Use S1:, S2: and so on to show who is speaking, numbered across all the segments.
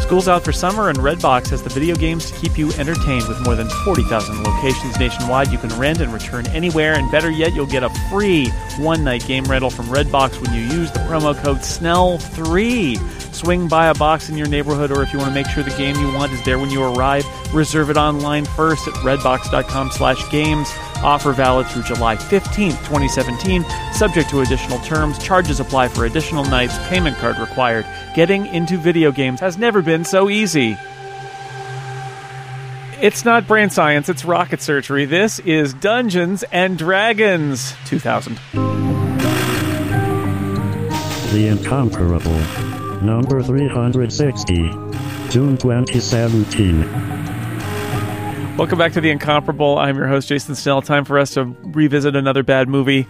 S1: School's out for summer, and Redbox has the video games to keep you entertained with more than 40,000 locations nationwide. You can rent and return anywhere, and better yet, you'll get a free one night game rental from Redbox when you use the promo code SNELL3. Swing by a box in your neighborhood, or if you want to make sure the game you want is there when you arrive, reserve it online first at redbox.com slash games. Offer valid through July 15th, 2017, subject to additional terms. Charges apply for additional nights, payment card required. Getting into video games has never been so easy. It's not brain science, it's rocket surgery. This is Dungeons and Dragons 2000.
S2: The Incomparable. Number 360. June 2017.
S1: Welcome back to The Incomparable. I'm your host, Jason Snell. Time for us to revisit another bad movie.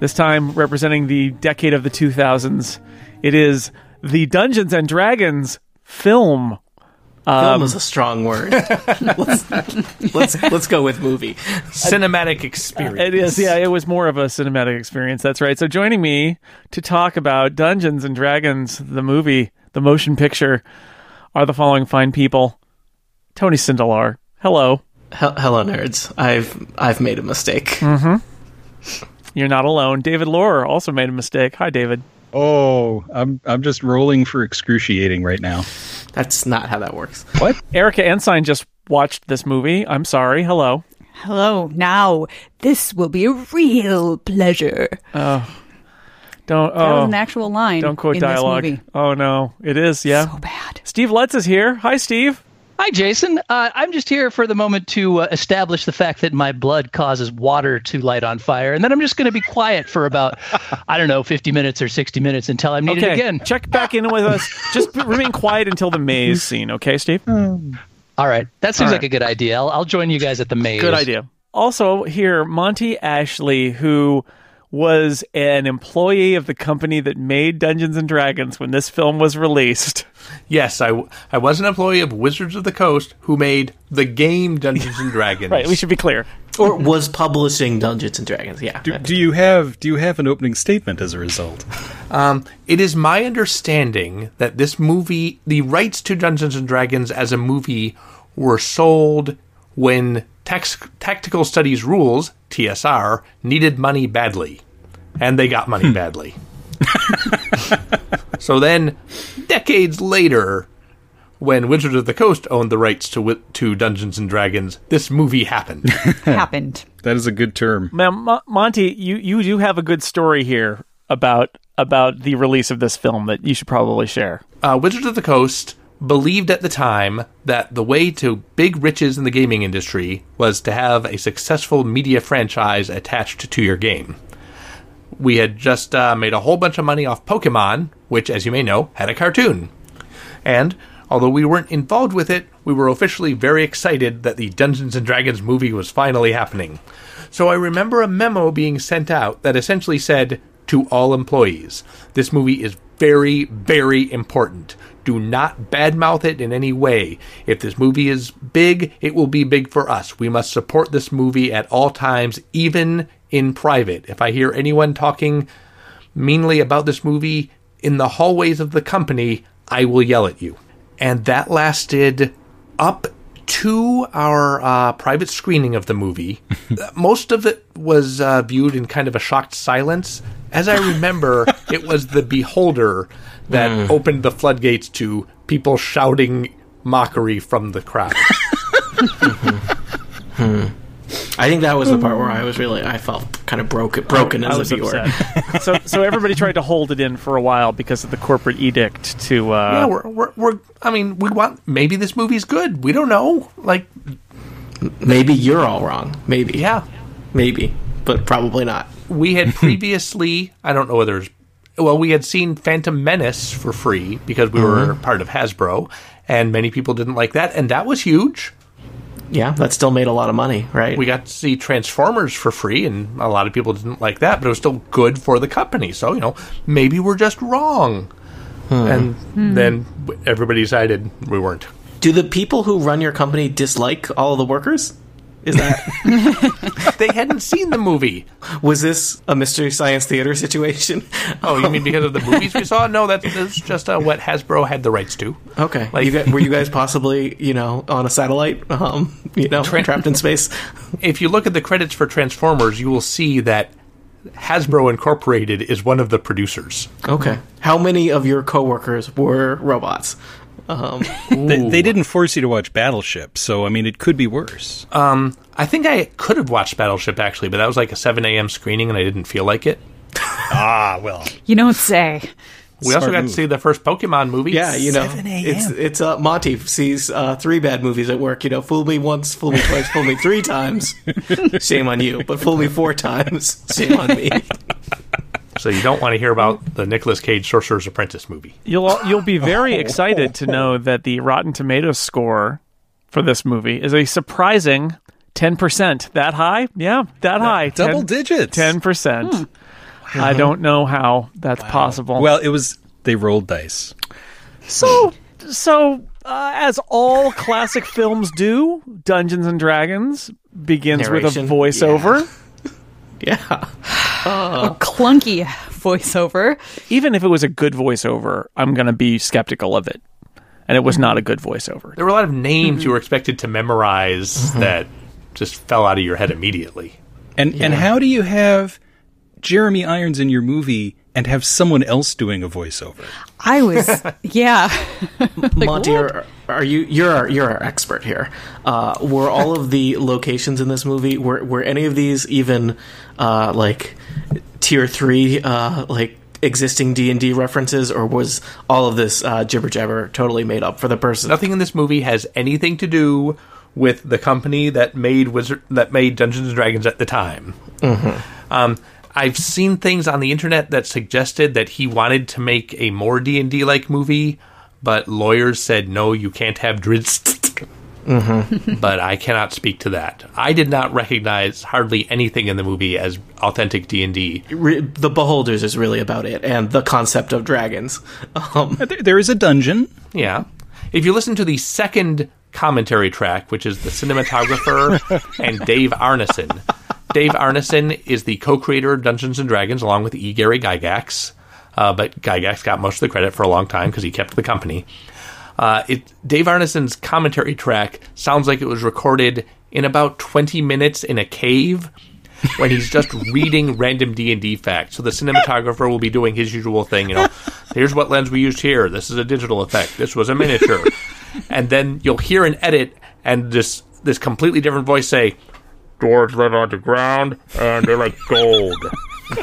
S1: This time representing the decade of the 2000s. It is the Dungeons and Dragons film.
S3: Film is a strong word. Um, let's, let's let's go with movie.
S1: Uh,
S3: Cinematic experience.
S1: It is, yeah, it was more of a cinematic experience. That's right. So joining me to talk about Dungeons and Dragons, the movie, the motion picture, are the following fine people Tony Sindelar. Hello.
S3: Hel- Hello, nerds. I've I've made a mistake.
S1: You're not alone. David Lohr also made a mistake. Hi, David.
S4: Oh, I'm I'm just rolling for excruciating right now.
S3: That's not how that works.
S4: What?
S1: Erica Ensign just watched this movie. I'm sorry. Hello.
S5: Hello, now this will be a real pleasure.
S1: Don't.
S5: that
S1: Oh,
S5: was an actual line.
S1: don't quote
S5: in
S1: dialogue.
S5: This movie.
S1: Oh no, it is. Yeah.
S5: So bad.
S1: Steve Lutz is here. Hi, Steve.
S6: Hi, Jason. Uh, I'm just here for the moment to uh, establish the fact that my blood causes water to light on fire, and then I'm just going to be quiet for about, I don't know, 50 minutes or 60 minutes until I'm needed
S1: Okay.
S6: again.
S1: Check back in with us. Just b- remain quiet until the maze scene. Okay, Steve.
S6: All right, that seems
S1: All
S6: like a good idea. I'll, I'll join you guys at the maze.
S1: Good idea. Also, here, Monty Ashley, who was an employee of the company that made Dungeons and Dragons when this film was released.
S7: Yes, I, w- I was an employee of Wizards of the Coast who made the game Dungeons and Dragons.
S1: Right, we should be clear.
S3: Or was publishing Dungeons and Dragons? Yeah.
S4: Do, do you have do you have an opening statement as a result?
S7: Um, it is my understanding that this movie, the rights to Dungeons and Dragons as a movie, were sold when Tax- Tactical Studies Rules (TSR) needed money badly, and they got money badly. so then, decades later, when Wizards of the Coast owned the rights to wi- to Dungeons and Dragons, this movie happened.
S5: Happened.
S4: That is a good term.
S1: Now, Mo- Monty, you, you do have a good story here about about the release of this film that you should probably share.
S7: uh, Wizards of the Coast believed at the time that the way to big riches in the gaming industry was to have a successful media franchise attached to your game. We had just uh, made a whole bunch of money off Pokemon, which, as you may know, had a cartoon. And although we weren't involved with it, we were officially very excited that the Dungeons and Dragons movie was finally happening. So I remember a memo being sent out that essentially said to all employees, this movie is very, very important. Do not badmouth it in any way. If this movie is big, it will be big for us. We must support this movie at all times, even in private. If I hear anyone talking meanly about this movie in the hallways of the company, I will yell at you. And that lasted up to our uh, private screening of the movie. Most of it was uh, viewed in kind of a shocked silence. As I remember, it was the beholder that opened the floodgates to people shouting mockery from the crowd.
S3: I think that was the part where I was really I felt kind of broken broken
S1: I
S3: as
S1: was
S3: a viewer.
S1: upset. so so everybody tried to hold it in for a while because of the corporate edict to uh,
S7: yeah, we're, we're, we're, I mean, we want, maybe this movie's good. We don't know. Like,
S3: Maybe you're all wrong. Maybe.
S7: yeah.
S3: Maybe. But probably not.
S7: we had previously i don't know whether it was, well we had seen phantom menace for free because we were part of hasbro and many people didn't like that and that was huge
S3: Yeah, that still made a lot of money, right?
S7: we got to see transformers for free and a lot of people didn't like that but it was still good for the company so you know maybe we're just wrong and then everybody decided we weren't
S3: Do the people who run your company dislike all of the workers? Is that
S7: They hadn't seen the movie.
S3: was this a mystery science theater situation?
S7: Oh, you mean because of the movies we saw? No, that's, that's just uh, what Hasbro had the rights to.
S3: Okay.
S7: Like-
S3: you guys, were you guys possibly, you know, on a satellite, um, you know, trapped in space?
S7: If you look at the credits for Transformers, you will see that Hasbro Incorporated is one of the producers.
S3: Okay. How many of your coworkers were robots? Um,
S4: They, they didn't force you to watch Battleship, so I mean, it could be worse.
S1: Uh,
S7: I think I could have watched Battleship actually, but that was like a 7 a.m. screening and I didn't feel like it.
S4: ah, well,
S5: You don't say.
S7: We also
S4: Smart
S7: got
S4: move.
S7: to see the first Pokemon movie.
S3: yeah, you know,
S7: 7 a.m..
S3: it's it's uh, Monty sees uh, three bad movies at work. You know, fool me once, fool me twice, fool me three times. Shame on you, but fool me four times. Shame on me.
S7: So you don't want to hear about the Nicolas Cage Sorcerer's Apprentice movie.
S1: You'll you'll be
S4: Oh.
S1: very excited to know that the Rotten Tomatoes score for this movie is a surprising ten percent. That high? Yeah, that high.
S4: double digits. Hmm. Uh-huh.
S1: Ten percent. I don't know how that's possible.
S4: Well, it was they rolled dice.
S1: so so uh, as all classic films do, Dungeons and Dragons begins
S3: Narration.
S1: with a voiceover.
S3: Yeah.
S1: Oh.
S5: Clunky voiceover.
S1: Even if it was a good voiceover, I'm going to be skeptical of it. And it was
S4: Hmm.
S1: not a good voiceover.
S7: There were a lot of names
S4: Mm-hmm.
S7: you were expected to memorize that just fell out of your head immediately.
S4: And and how do you have Jeremy Irons in your movie and have someone else doing a voiceover?
S5: I was, yeah.
S3: Monty, are, are you you're our, you're our expert here? Uh, were all of the locations in this movie were were any of these even uh, like tier three uh, like existing D and D references, or was all of this uh, jibber jabber totally made up for the person?
S7: Nothing in this movie has anything to do with the company that made Wizard that made Dungeons and Dragons at the time. Um, I've seen things on the internet that suggested that he wanted to make a more D and D like movie, but lawyers said no, you can't have Drizzt. but I cannot speak to that. I did not recognize hardly anything in the movie as authentic D and D.
S3: Re- the Beholders is really about it, and the concept of dragons. Um,
S4: Uh, There, there is a dungeon.
S7: Yeah. If you listen to the second commentary track, which is the cinematographer and Dave Arneson, Dave Arneson is the co creator of Dungeons and Dragons along with E. Gary Gygax. Uh, but Gygax got most of the credit for a long time because he kept the company. Uh, it, Dave Arneson's commentary track sounds like it was recorded in about 20 minutes in a cave when he's just reading random D&D facts. So the cinematographer will be doing his usual thing, you know, here's what lens we used here. This is a digital effect. This was a miniature. and then you'll hear an edit and this this completely different voice say, "Dwarves live underground and they're like gold."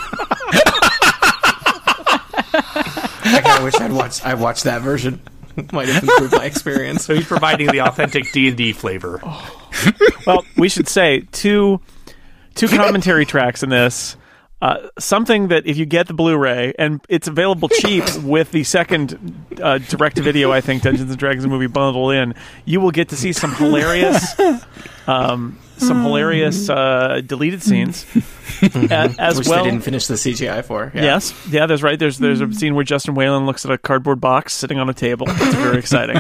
S3: I kind of wish I'd watched I watched that version. Might have improved my experience.
S7: so he's providing the authentic D&D flavor.
S1: well, we should say two two commentary tracks in this. Uh, something that if you get the Blu-ray and it's available cheap with the second uh, direct-to-video, I think Dungeons and Dragons movie bundled in, you will get to see some hilarious, um, some hilarious uh, deleted scenes, a- as
S3: Which
S1: well.
S3: they didn't finish the CGI for. Yeah.
S1: Yes, yeah, that's right. There's there's a scene where Justin Whalen looks at a cardboard box sitting on a table. It's very exciting,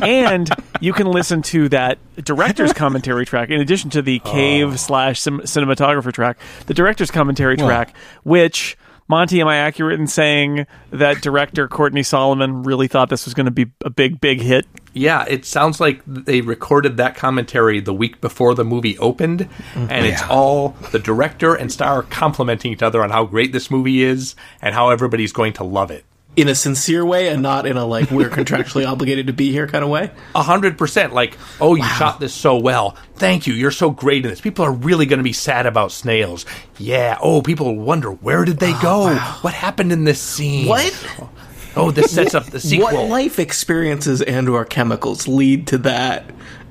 S1: and you can listen to that director's commentary track in addition to the cave slash cin- cinematographer track. The director's commentary track, which Monty, am I accurate in saying that director Courtney Solomon really thought this was going to be a big big hit?
S7: Yeah, it sounds like they recorded that commentary the week before the movie opened,
S3: Mm-hmm.
S7: and it's all the director and star complimenting each other on how great this movie is and how everybody's going to love it.
S3: In a sincere way, and not in a like we're contractually obligated to be here kind of way.
S7: A hundred percent, like, oh, you shot this so well. Thank you. You're so great in this. People are really going to be sad about snails. Yeah. Oh, people wonder where did they go? What happened in this scene?
S3: Oh, What?
S7: Oh, this sets up the sequel.
S3: What life experiences and/or chemicals lead to that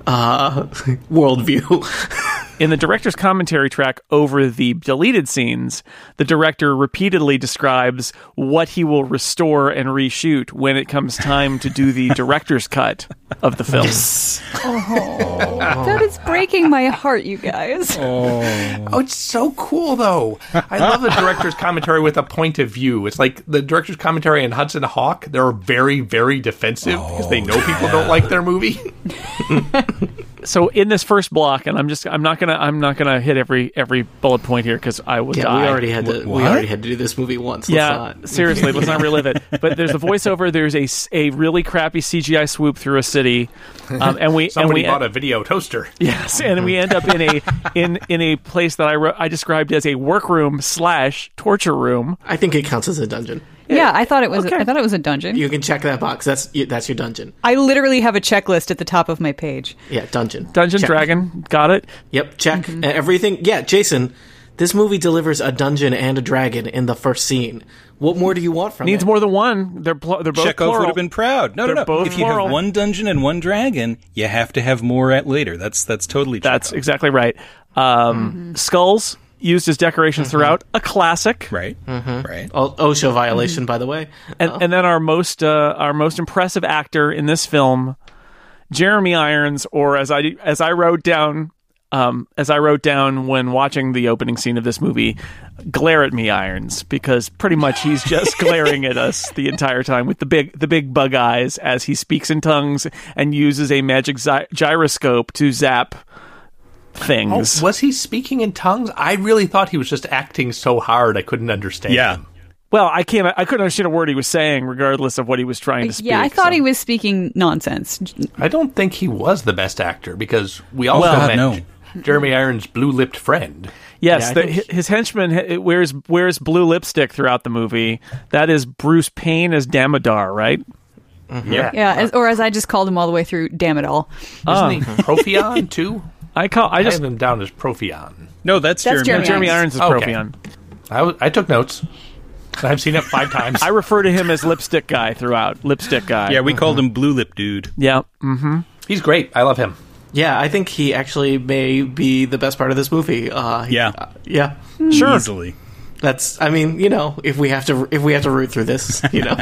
S3: uh, worldview?
S1: In the director's commentary track over the deleted scenes, the director repeatedly describes what he will restore and reshoot when it comes time to do the director's cut. of the film. Oh.
S5: That is breaking my heart, you guys.
S7: Oh, it's so cool though. I love a director's commentary with a point of view. It's like the director's commentary in Hudson Hawk. They're very, very defensive because they know people don't like their movie.
S1: So in this first block, and I'm just I'm not gonna I'm not gonna hit every every bullet point here because I would
S3: Yeah,
S1: die.
S3: we already had to. We
S4: What?
S3: already had to do this movie once. Let's
S1: yeah,
S3: not.
S1: seriously, let's not relive it. But there's a voiceover. There's a, s- a really crappy CGI swoop through a city, um, and we and
S7: Somebody
S1: we
S7: bought a video toaster.
S1: yes, and we end up in a in in a place that I wrote, I described as a workroom slash torture room.
S3: I think it counts as a dungeon.
S5: Yeah, I thought it was.
S1: Okay.
S5: I thought it was a dungeon.
S3: You can check that box. That's you- that's your dungeon.
S5: I literally have a checklist at the top of my page.
S3: Yeah, dungeon.
S1: Dungeon
S3: Check.
S1: Dragon, got it.
S3: Yep, check Uh, everything. Yeah, Jason. This movie delivers a dungeon and a dragon in the first scene. What more do you want from
S1: Needs
S3: it?
S1: more than one. They're pl- they're both
S4: Chekhov would
S1: plural.
S4: have been proud. No,
S1: They're
S4: no, no.
S1: both
S4: If you
S1: plural.
S4: have one dungeon and one dragon, you have to have more at later. That's that's totally
S1: That's
S4: Chekhov,
S1: exactly right. Um, Skulls used as decorations throughout, a classic.
S4: right,
S1: Mm-hmm.
S4: right.
S3: O- OSHA Oh, violation, by the way.
S1: and
S5: Oh.
S1: and then our most uh, our most impressive actor in this film, Jeremy Irons, or as I as I wrote down um, as I wrote down when watching the opening scene of this movie, glare at me Irons because pretty much he's just glaring at us the entire time with the big the big bug eyes as he speaks in tongues and uses a magic gy- gyroscope to zap
S7: Oh,
S1: things.
S7: was he speaking in tongues? I really thought he was just acting so hard I couldn't understand.
S4: Yeah.
S7: him.
S1: Well, I can't I couldn't understand a word he was saying regardless of what he was trying to speak.
S5: yeah, I thought
S1: so-
S5: he was speaking nonsense.
S7: I don't think he was the best actor because we also
S4: Well, God,
S7: met
S4: no.
S7: J- Jeremy Irons' blue-lipped friend.
S1: Yes,
S3: Yeah, I
S1: the, hi- his henchman h- wears wears blue lipstick throughout the movie. That is Bruce Payne as Damodar, right?
S7: Yeah,
S5: Yeah, as, or as I just called him all the way through. Damn it all!
S7: Isn't he Profion too?
S1: I call I
S7: I
S1: just
S7: have him down as Profion.
S4: No, Oh, that's,
S5: That's
S4: Jeremy.
S5: Jeremy
S1: Jeremy Irons is
S7: Okay.
S1: Profion.
S7: I, w- I took notes. I've seen it five times.
S1: I refer to him as lipstick guy throughout. Lipstick guy.
S4: Yeah, we called him Blue Lip Dude.
S1: yeah. Mm.
S7: He's great. I love him.
S3: Yeah, I think he actually may be the best part of this movie. Uh, he-
S4: Yeah.
S3: uh, yeah.
S4: Sure, easily.
S3: That's. I mean, you know, if we have to, if we have to root through this, you know,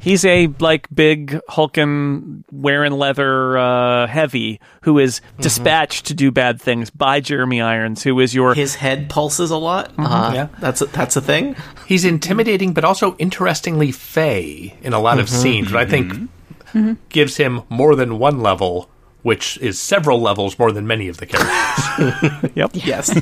S1: He's a like big hulking wearing leather uh, heavy who is dispatched to do bad things by Jeremy Irons, who is your
S3: his head pulses a lot. Uh,
S7: Yeah.
S3: that's a, that's a thing.
S7: He's intimidating, but also interestingly fey in a lot of
S1: Mm-hmm.
S7: scenes, which I think Mm-hmm. gives him more than one level, which is several levels more than many of the characters.
S1: yep.
S3: Yes.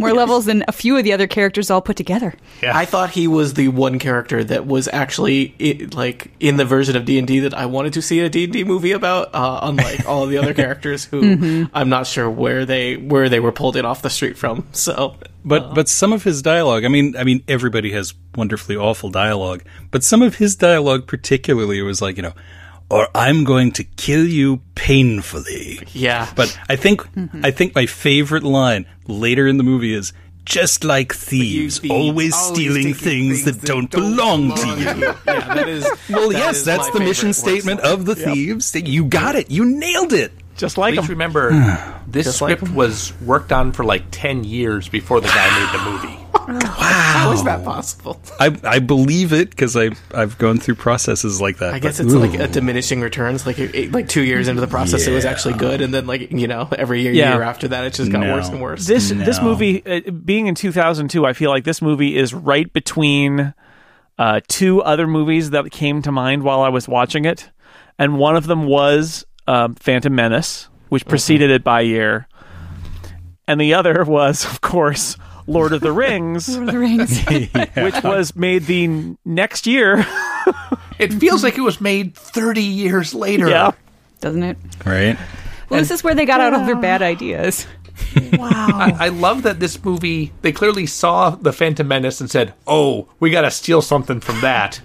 S5: More levels than a few of the other characters all put together.
S7: yeah.
S3: I thought he was the one character that was actually i like in the version of D and D that I wanted to see a D and D movie about. Uh, unlike all of the other characters, who I'm not sure where they where they were pulled in off the street from. So
S4: But but some of his dialogue, I mean, I mean, everybody has wonderfully awful dialogue, but some of his dialogue, particularly, was like you know, or I'm going to kill you painfully.
S3: yeah,
S4: But I think I think my favorite line later in the movie is just like thieves,
S3: thieves
S4: always,
S3: always
S4: stealing
S3: taking
S4: things, that, don't, belong, to you.
S3: yeah, that is.
S4: Well,
S3: that
S4: yes,
S3: is
S4: that's
S3: my
S4: the mission
S3: favorite word.
S4: statement of the thieves. You got it. You nailed it.
S1: Just like
S7: Please
S1: him.
S7: remember, this
S3: like
S7: script was worked on for like 10 years before the guy made the movie.
S3: How is that possible?
S4: I, I believe it because I I've gone through processes like that.
S3: I
S4: but-
S3: guess it's like a diminishing returns. Like it- it, like two years into the process, it was actually good, and then like you know every year,
S1: Yeah.
S3: year after that, it just got
S4: No.
S3: worse and worse.
S1: This this
S4: No.
S1: movie uh, being in 2002, I feel like this movie is right between uh, two other movies that came to mind while I was watching it, and one of them was um, Phantom Menace, which
S3: Mm-hmm.
S1: preceded it by a year, and the other was, of course, Lord of the Rings,
S5: Lord of the Rings.
S1: which was made the n- next year.
S7: It feels like it was made 30 years later.
S1: yeah,
S5: Doesn't it?
S4: right.
S5: Well, this is where they got out all their bad ideas.
S7: I, I love that this movie, they clearly saw The Phantom Menace and said, oh, we got to steal something from that.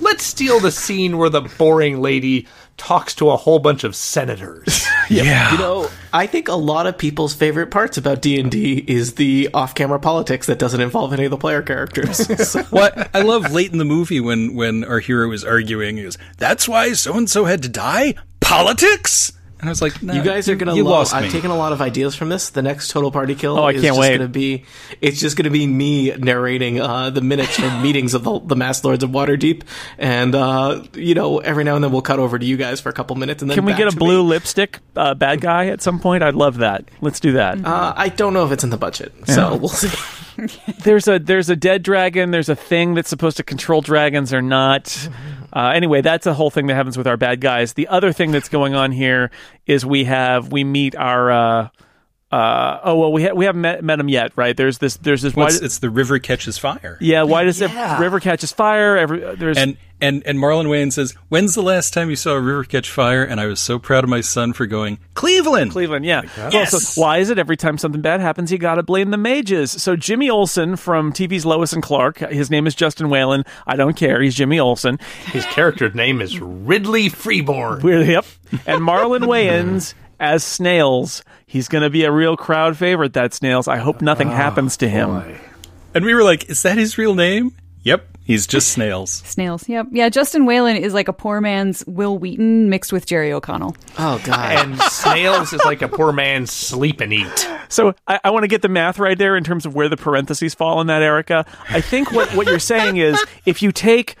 S7: Let's steal the scene where the boring lady talks to a whole bunch of senators.
S4: Yeah.
S3: You know, I think a lot of people's favorite parts about D and D is the off-camera politics that doesn't involve any of the player characters. So-
S4: What I love late in the movie when when our hero is arguing, he goes, "That's why so and so had to die. Politics." And I was like, no,
S3: You guys are gonna
S4: you
S3: love.
S4: lost
S3: I've
S4: me.
S3: taken a lot of ideas from this. The next total party kill.
S1: Oh, I
S3: is
S1: can't
S3: just
S1: wait.
S3: Gonna be, it's just gonna be me narrating uh, the minutes from meetings of the, the mass lords of Waterdeep, and uh, you know every now and then we'll cut over to you guys for a couple minutes, and then
S1: Can we
S3: back
S1: get a
S3: to
S1: blue
S3: me.
S1: lipstick uh, bad guy at some point? I'd love that. Let's do that.
S3: Uh, I don't know if it's in the budget, so we'll see.
S1: there's a there's a dead dragon. There's a thing that's supposed to control dragons or not. Uh, anyway, that's a whole thing that happens with our bad guys. The other thing that's going on here is we have we meet our. Uh, uh, oh well, we ha- we haven't met, met him yet, right? There's this there's this why
S4: Once it's the river catches fire.
S1: yeah why does it river catches fire? Every uh, there's
S4: And and and Marlon Wayne says, "When's the last time you saw a river catch fire?" And I was so proud of my son for going Cleveland.
S1: Cleveland, yeah. Well,
S4: Yes!
S1: so why is it every time something bad happens, you gotta blame the mages? So Jimmy Olsen from TV's Lois and Clark, his name is Justin Whalen. I don't care. He's Jimmy Olsen.
S7: His character name is Ridley Freeborn.
S1: We're yep. And Marlon Wayans as Snails. He's gonna be a real crowd favorite. That Snails. I hope nothing happens to him.
S4: And we were like, "Is that his real name?" Yep, he's just snails.
S8: Snails. Yep. Yeah. Justin Whalen is like a poor man's Will Wheaton mixed with Jerry O'Connell.
S3: Oh God.
S7: And snails is like a poor man's sleep and eat.
S1: So I, I want to get the math right there in terms of where the parentheses fall in that, Erica. I think what, what you're saying is if you take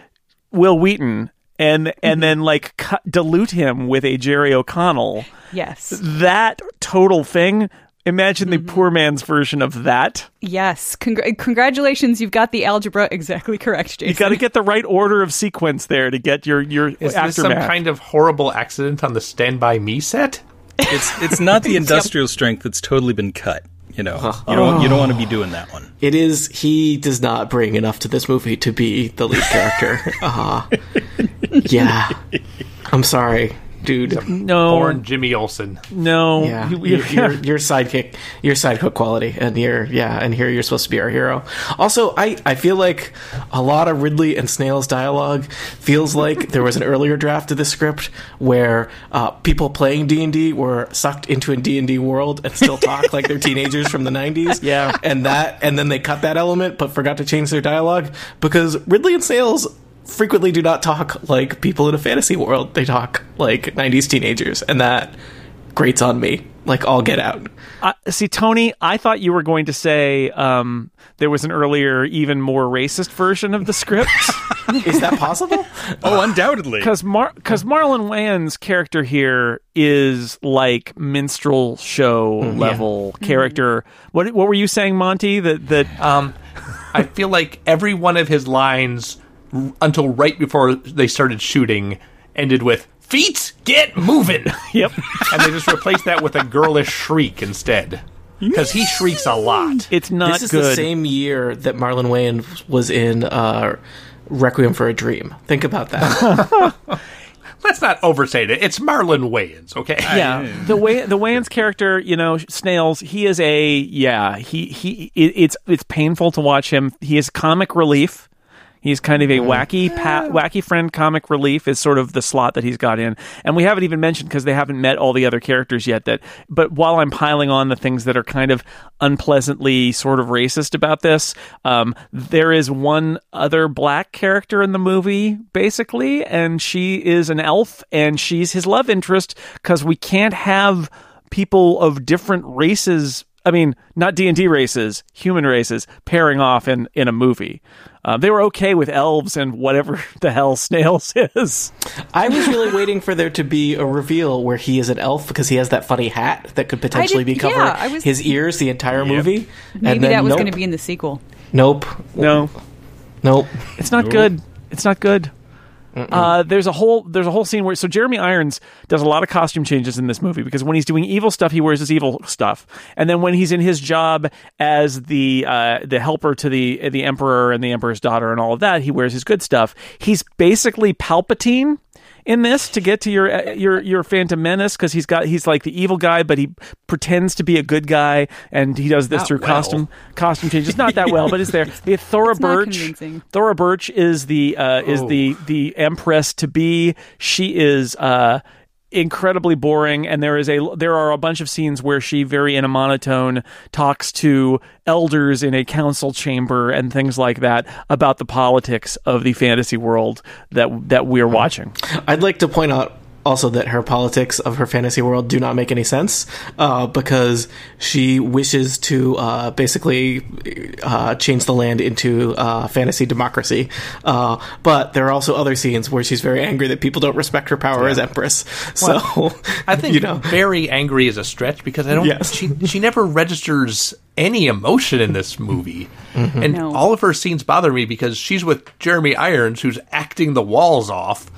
S1: Will Wheaton and and then like cut, dilute him with a Jerry O'Connell,
S8: Yes.
S1: that total thing. Imagine
S7: Mm-hmm.
S1: the poor man's version of that.
S8: Yes. Congr- congratulations. You've got the algebra exactly correct, Jason.
S1: You got to get the right order of sequence there to get your your
S7: Is
S1: aftermath.
S7: this some kind of horrible accident on the Stand By Me set?
S4: It's it's not the industrial strength that's totally been cut. You know, you don't you don't want to be doing that one.
S3: It is. He does not bring enough to this movie to be the lead character. Uh, yeah. I'm sorry, dude.
S1: no,
S7: Born Jimmy Olsen.
S1: no.
S3: Yeah,
S1: You-
S3: your, your, your sidekick, your sidekick quality, and you're yeah, and here you're supposed to be our hero. Also, I I feel like a lot of Ridley and Snail's dialogue feels like there was an earlier draft of this script where uh, people playing D and D were sucked into a D and D world and still talk like they're teenagers from the '90s.
S1: Yeah.
S3: and that and then they cut that element but forgot to change their dialogue because Ridley and Snail's. Frequently, do not talk like people in a fantasy world. They talk like '90s teenagers, and that grates on me. Like all get out.
S1: I, see, Tony, I thought you were going to say um, there was an earlier, even more racist version of the script
S3: Is that possible?
S4: Oh, undoubtedly.
S1: because Mar- cause Marlon Wayans' character here is like minstrel show
S3: Mm-hmm.
S1: level character. What what were you saying, Monty? That that uh,
S7: Um, I feel like every one of his lines r- until right before they started shooting ended with "Feet, get moving,"
S1: yep.
S7: and they just replaced that with a girlish shriek instead because he shrieks a lot.
S1: It's not
S3: this is
S1: good.
S3: the same year that Marlon Wayans was in uh, Requiem for a Dream. Think about that.
S7: Let's not overstate it. It's Marlon Wayans, okay?
S1: yeah the way the Wayans character you know snails he is a yeah he he it, it's it's painful to watch him he is comic relief he's kind of a wacky pa- wacky friend comic relief is sort of the slot that he's got in and we haven't even mentioned because they haven't met all the other characters yet that but while i'm piling on the things that are kind of unpleasantly sort of racist about this um, there is one other black character in the movie basically and she is an elf and she's his love interest because we can't have people of different races i mean not d&d races human races pairing off in, in a movie uh, they were okay with elves and whatever the hell snails is
S3: I was really waiting for there to be a reveal where he is an elf because he has that funny hat that could potentially
S8: did-
S3: be covering
S8: yeah, I was-
S3: his ears the entire movie.
S8: Maybe that was
S3: nope,
S8: going to be in the sequel.
S3: Nope.
S1: no
S3: Nope.
S1: It's not good. It's not good. Uh, there's a whole there's a whole scene where so Jeremy Irons does a lot of costume changes in this movie because when he's doing evil stuff he wears his evil stuff and then when he's in his job as the uh, the helper to the the emperor and the emperor's daughter and all of that he wears his good stuff he's basically Palpatine in this to get to your uh, your your Phantom Menace because he's got he's like the evil guy but he pretends to be a good guy and he does this through costume costume changes not that well but it's there the Thora
S8: not
S1: Birch
S8: convincing.
S1: Thora Birch is the uh, is the the empress to be. She is uh, incredibly boring, and there is a there are a bunch of scenes where she very in a monotone talks to elders in a council chamber and things like that about the politics of the fantasy world that that we're watching.
S3: I'd like to point out also that her politics of her fantasy world do not make any sense uh, because she wishes to uh, basically uh, change the land into uh, fantasy democracy. Uh, but there are also other scenes where she's very angry that people don't respect her power as empress. so
S7: I think
S3: you know.
S7: very angry is a stretch because I don't.
S3: Yes.
S7: She she never registers any emotion in this movie,
S3: Mm-hmm.
S7: and
S8: No.
S7: all of her scenes bother me because she's with Jeremy Irons, who's acting the walls off.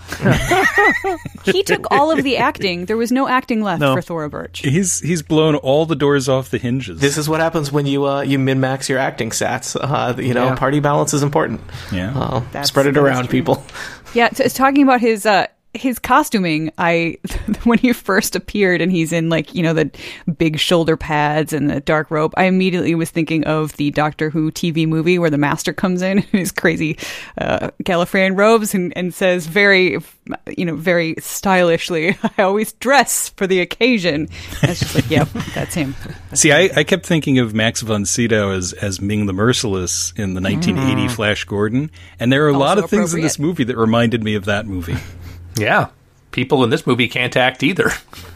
S8: He took all of the acting. There was no acting left
S1: No.
S8: for Thora Birch.
S4: He's he's blown all the doors off the hinges.
S3: This is what happens when you uh, you min max your acting stats. Uh, you know,
S7: Yeah.
S3: party balance is important.
S4: Yeah.
S3: Uh,
S8: That's-
S3: spread it
S8: that is
S3: around,
S8: true.
S3: people.
S8: Yeah, t- talking about his uh his costuming, I when he first appeared and he's in like, you know, the big shoulder pads and the dark robe, I immediately was thinking of the Doctor Who TV movie where the master comes in in his crazy uh Gallifreyan robes and, and says very you know, very stylishly, I always dress for the occasion. And it's just like, yep, that's him.
S4: See, I, I kept thinking of Max von Sydow as, as Ming the Merciless in the 1980 Flash Gordon, and there are a lot
S8: Also
S4: of things in this
S8: appropriate.
S4: movie that reminded me of that movie.
S7: Yeah, people in this movie can't act either.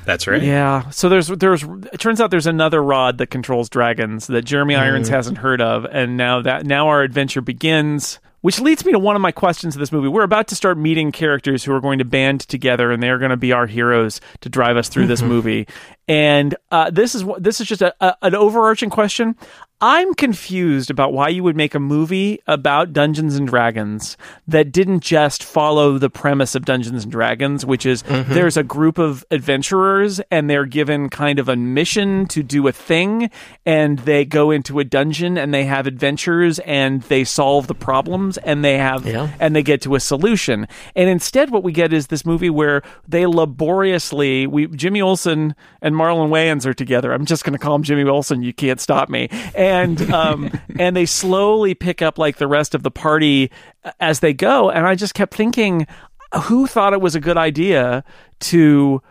S4: That's right.
S1: Yeah. So there's there's it turns out there's another rod that controls dragons that Jeremy Irons hasn't heard of, and now that now our adventure begins. Which leads me to one of my questions of this movie. We're about to start meeting characters who are going to band together, and they are going to be our heroes to drive us through this movie. And uh, this is wh- this is just a, a, an overarching question. I'm confused about why you would make a movie about Dungeons and Dragons that didn't just follow the premise of Dungeons and Dragons, which is there's a group of adventurers and they're given kind of a mission to do a thing and they go into a dungeon and they have adventures and they solve the problems and they have
S3: Yeah.
S1: and they get to a solution. And instead, what we get is this movie where they laboriously we Jimmy Olsen and Marlon Wayans are together. I'm just going to call him Jimmy Olsen. You can't stop me. And um, and they slowly pick up like the rest of the party uh, as they go. And I just kept thinking, who thought it was a good idea to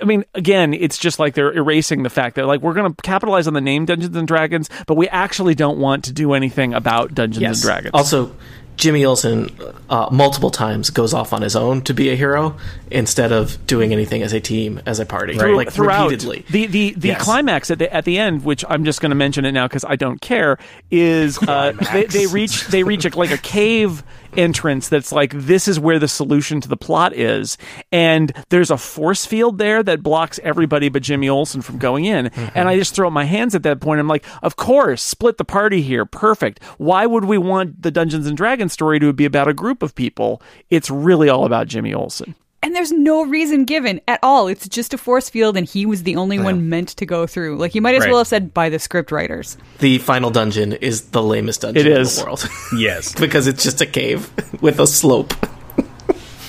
S1: I mean, again, it's just like they're erasing the fact that like we're going to capitalize on the name Dungeons and Dragons, but we actually don't want to do anything about Dungeons and Dragons.
S3: Also, Jimmy Olsen uh, multiple times goes off on his own to be a hero instead of doing anything as a team, as a party,
S1: through-
S3: like
S1: throughout
S3: repeatedly.
S1: the the, the
S3: Yes.
S1: climax at the at the end, which I'm just going to mention it now because I don't care, is uh, they, they reach they reach a, like a cave entrance that's like this is where the solution to the plot is, and there's a force field there that blocks everybody but Jimmy Olsen from going in,
S3: Mm-hmm.
S1: and I just throw up my hands at that point. I'm like, of course, split the party here, perfect. Why would we want the Dungeons and Dragons story to be about a group of people? It's really all about Jimmy Olsen.
S8: And there's no reason given at all. It's just a force field and he was the only one meant to go through. Like you might as
S4: Right.
S8: well have said by the script writers.
S3: The final dungeon is the lamest dungeon
S1: It
S3: in
S1: is.
S3: the world
S4: Yes.
S3: because it's just a cave with a slope.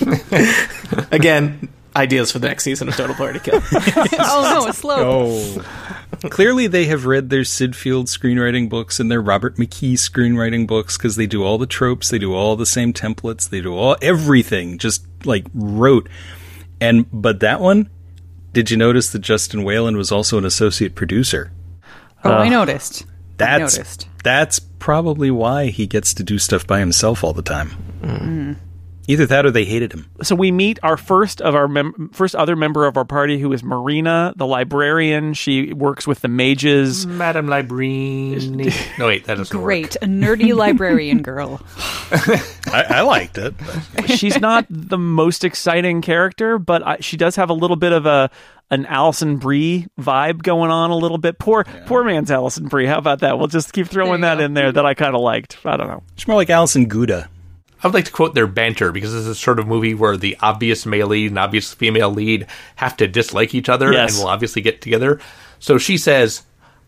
S3: Again, ideas for the next season of Total Party Kill.
S8: oh no, a slope.
S4: Oh. Clearly, they have read their Sid Field screenwriting books and their Robert McKee screenwriting books because they do all the tropes, they do all the same templates, they do all everything, just like rote. And but that one, did you notice that Justin Whalen was also an associate producer?
S8: Oh, I noticed. I
S4: That's
S8: noticed.
S4: that's probably why he gets to do stuff by himself all the time. Either that or they hated him.
S1: so we meet our first of our mem- first other member of our party who is Marina, the librarian. She works with the mages.
S8: Mm-hmm.
S7: Madame Librine. no, wait, that doesn't
S8: Great, a nerdy librarian girl.
S4: I, I liked it. but-
S1: She's not the most exciting character, but I, she does have a little bit of a an Allison Brie vibe going on a little bit. Poor poor man's Allison Brie. How about that? We'll just keep throwing
S8: There you
S1: that in there that I kind of liked. I don't know.
S4: It's more like Alison Gouda.
S7: I would like to quote their banter because this is the sort of movie where the obvious male lead and obvious female lead have to dislike each other
S1: Yes.
S7: and will obviously get together. So she says,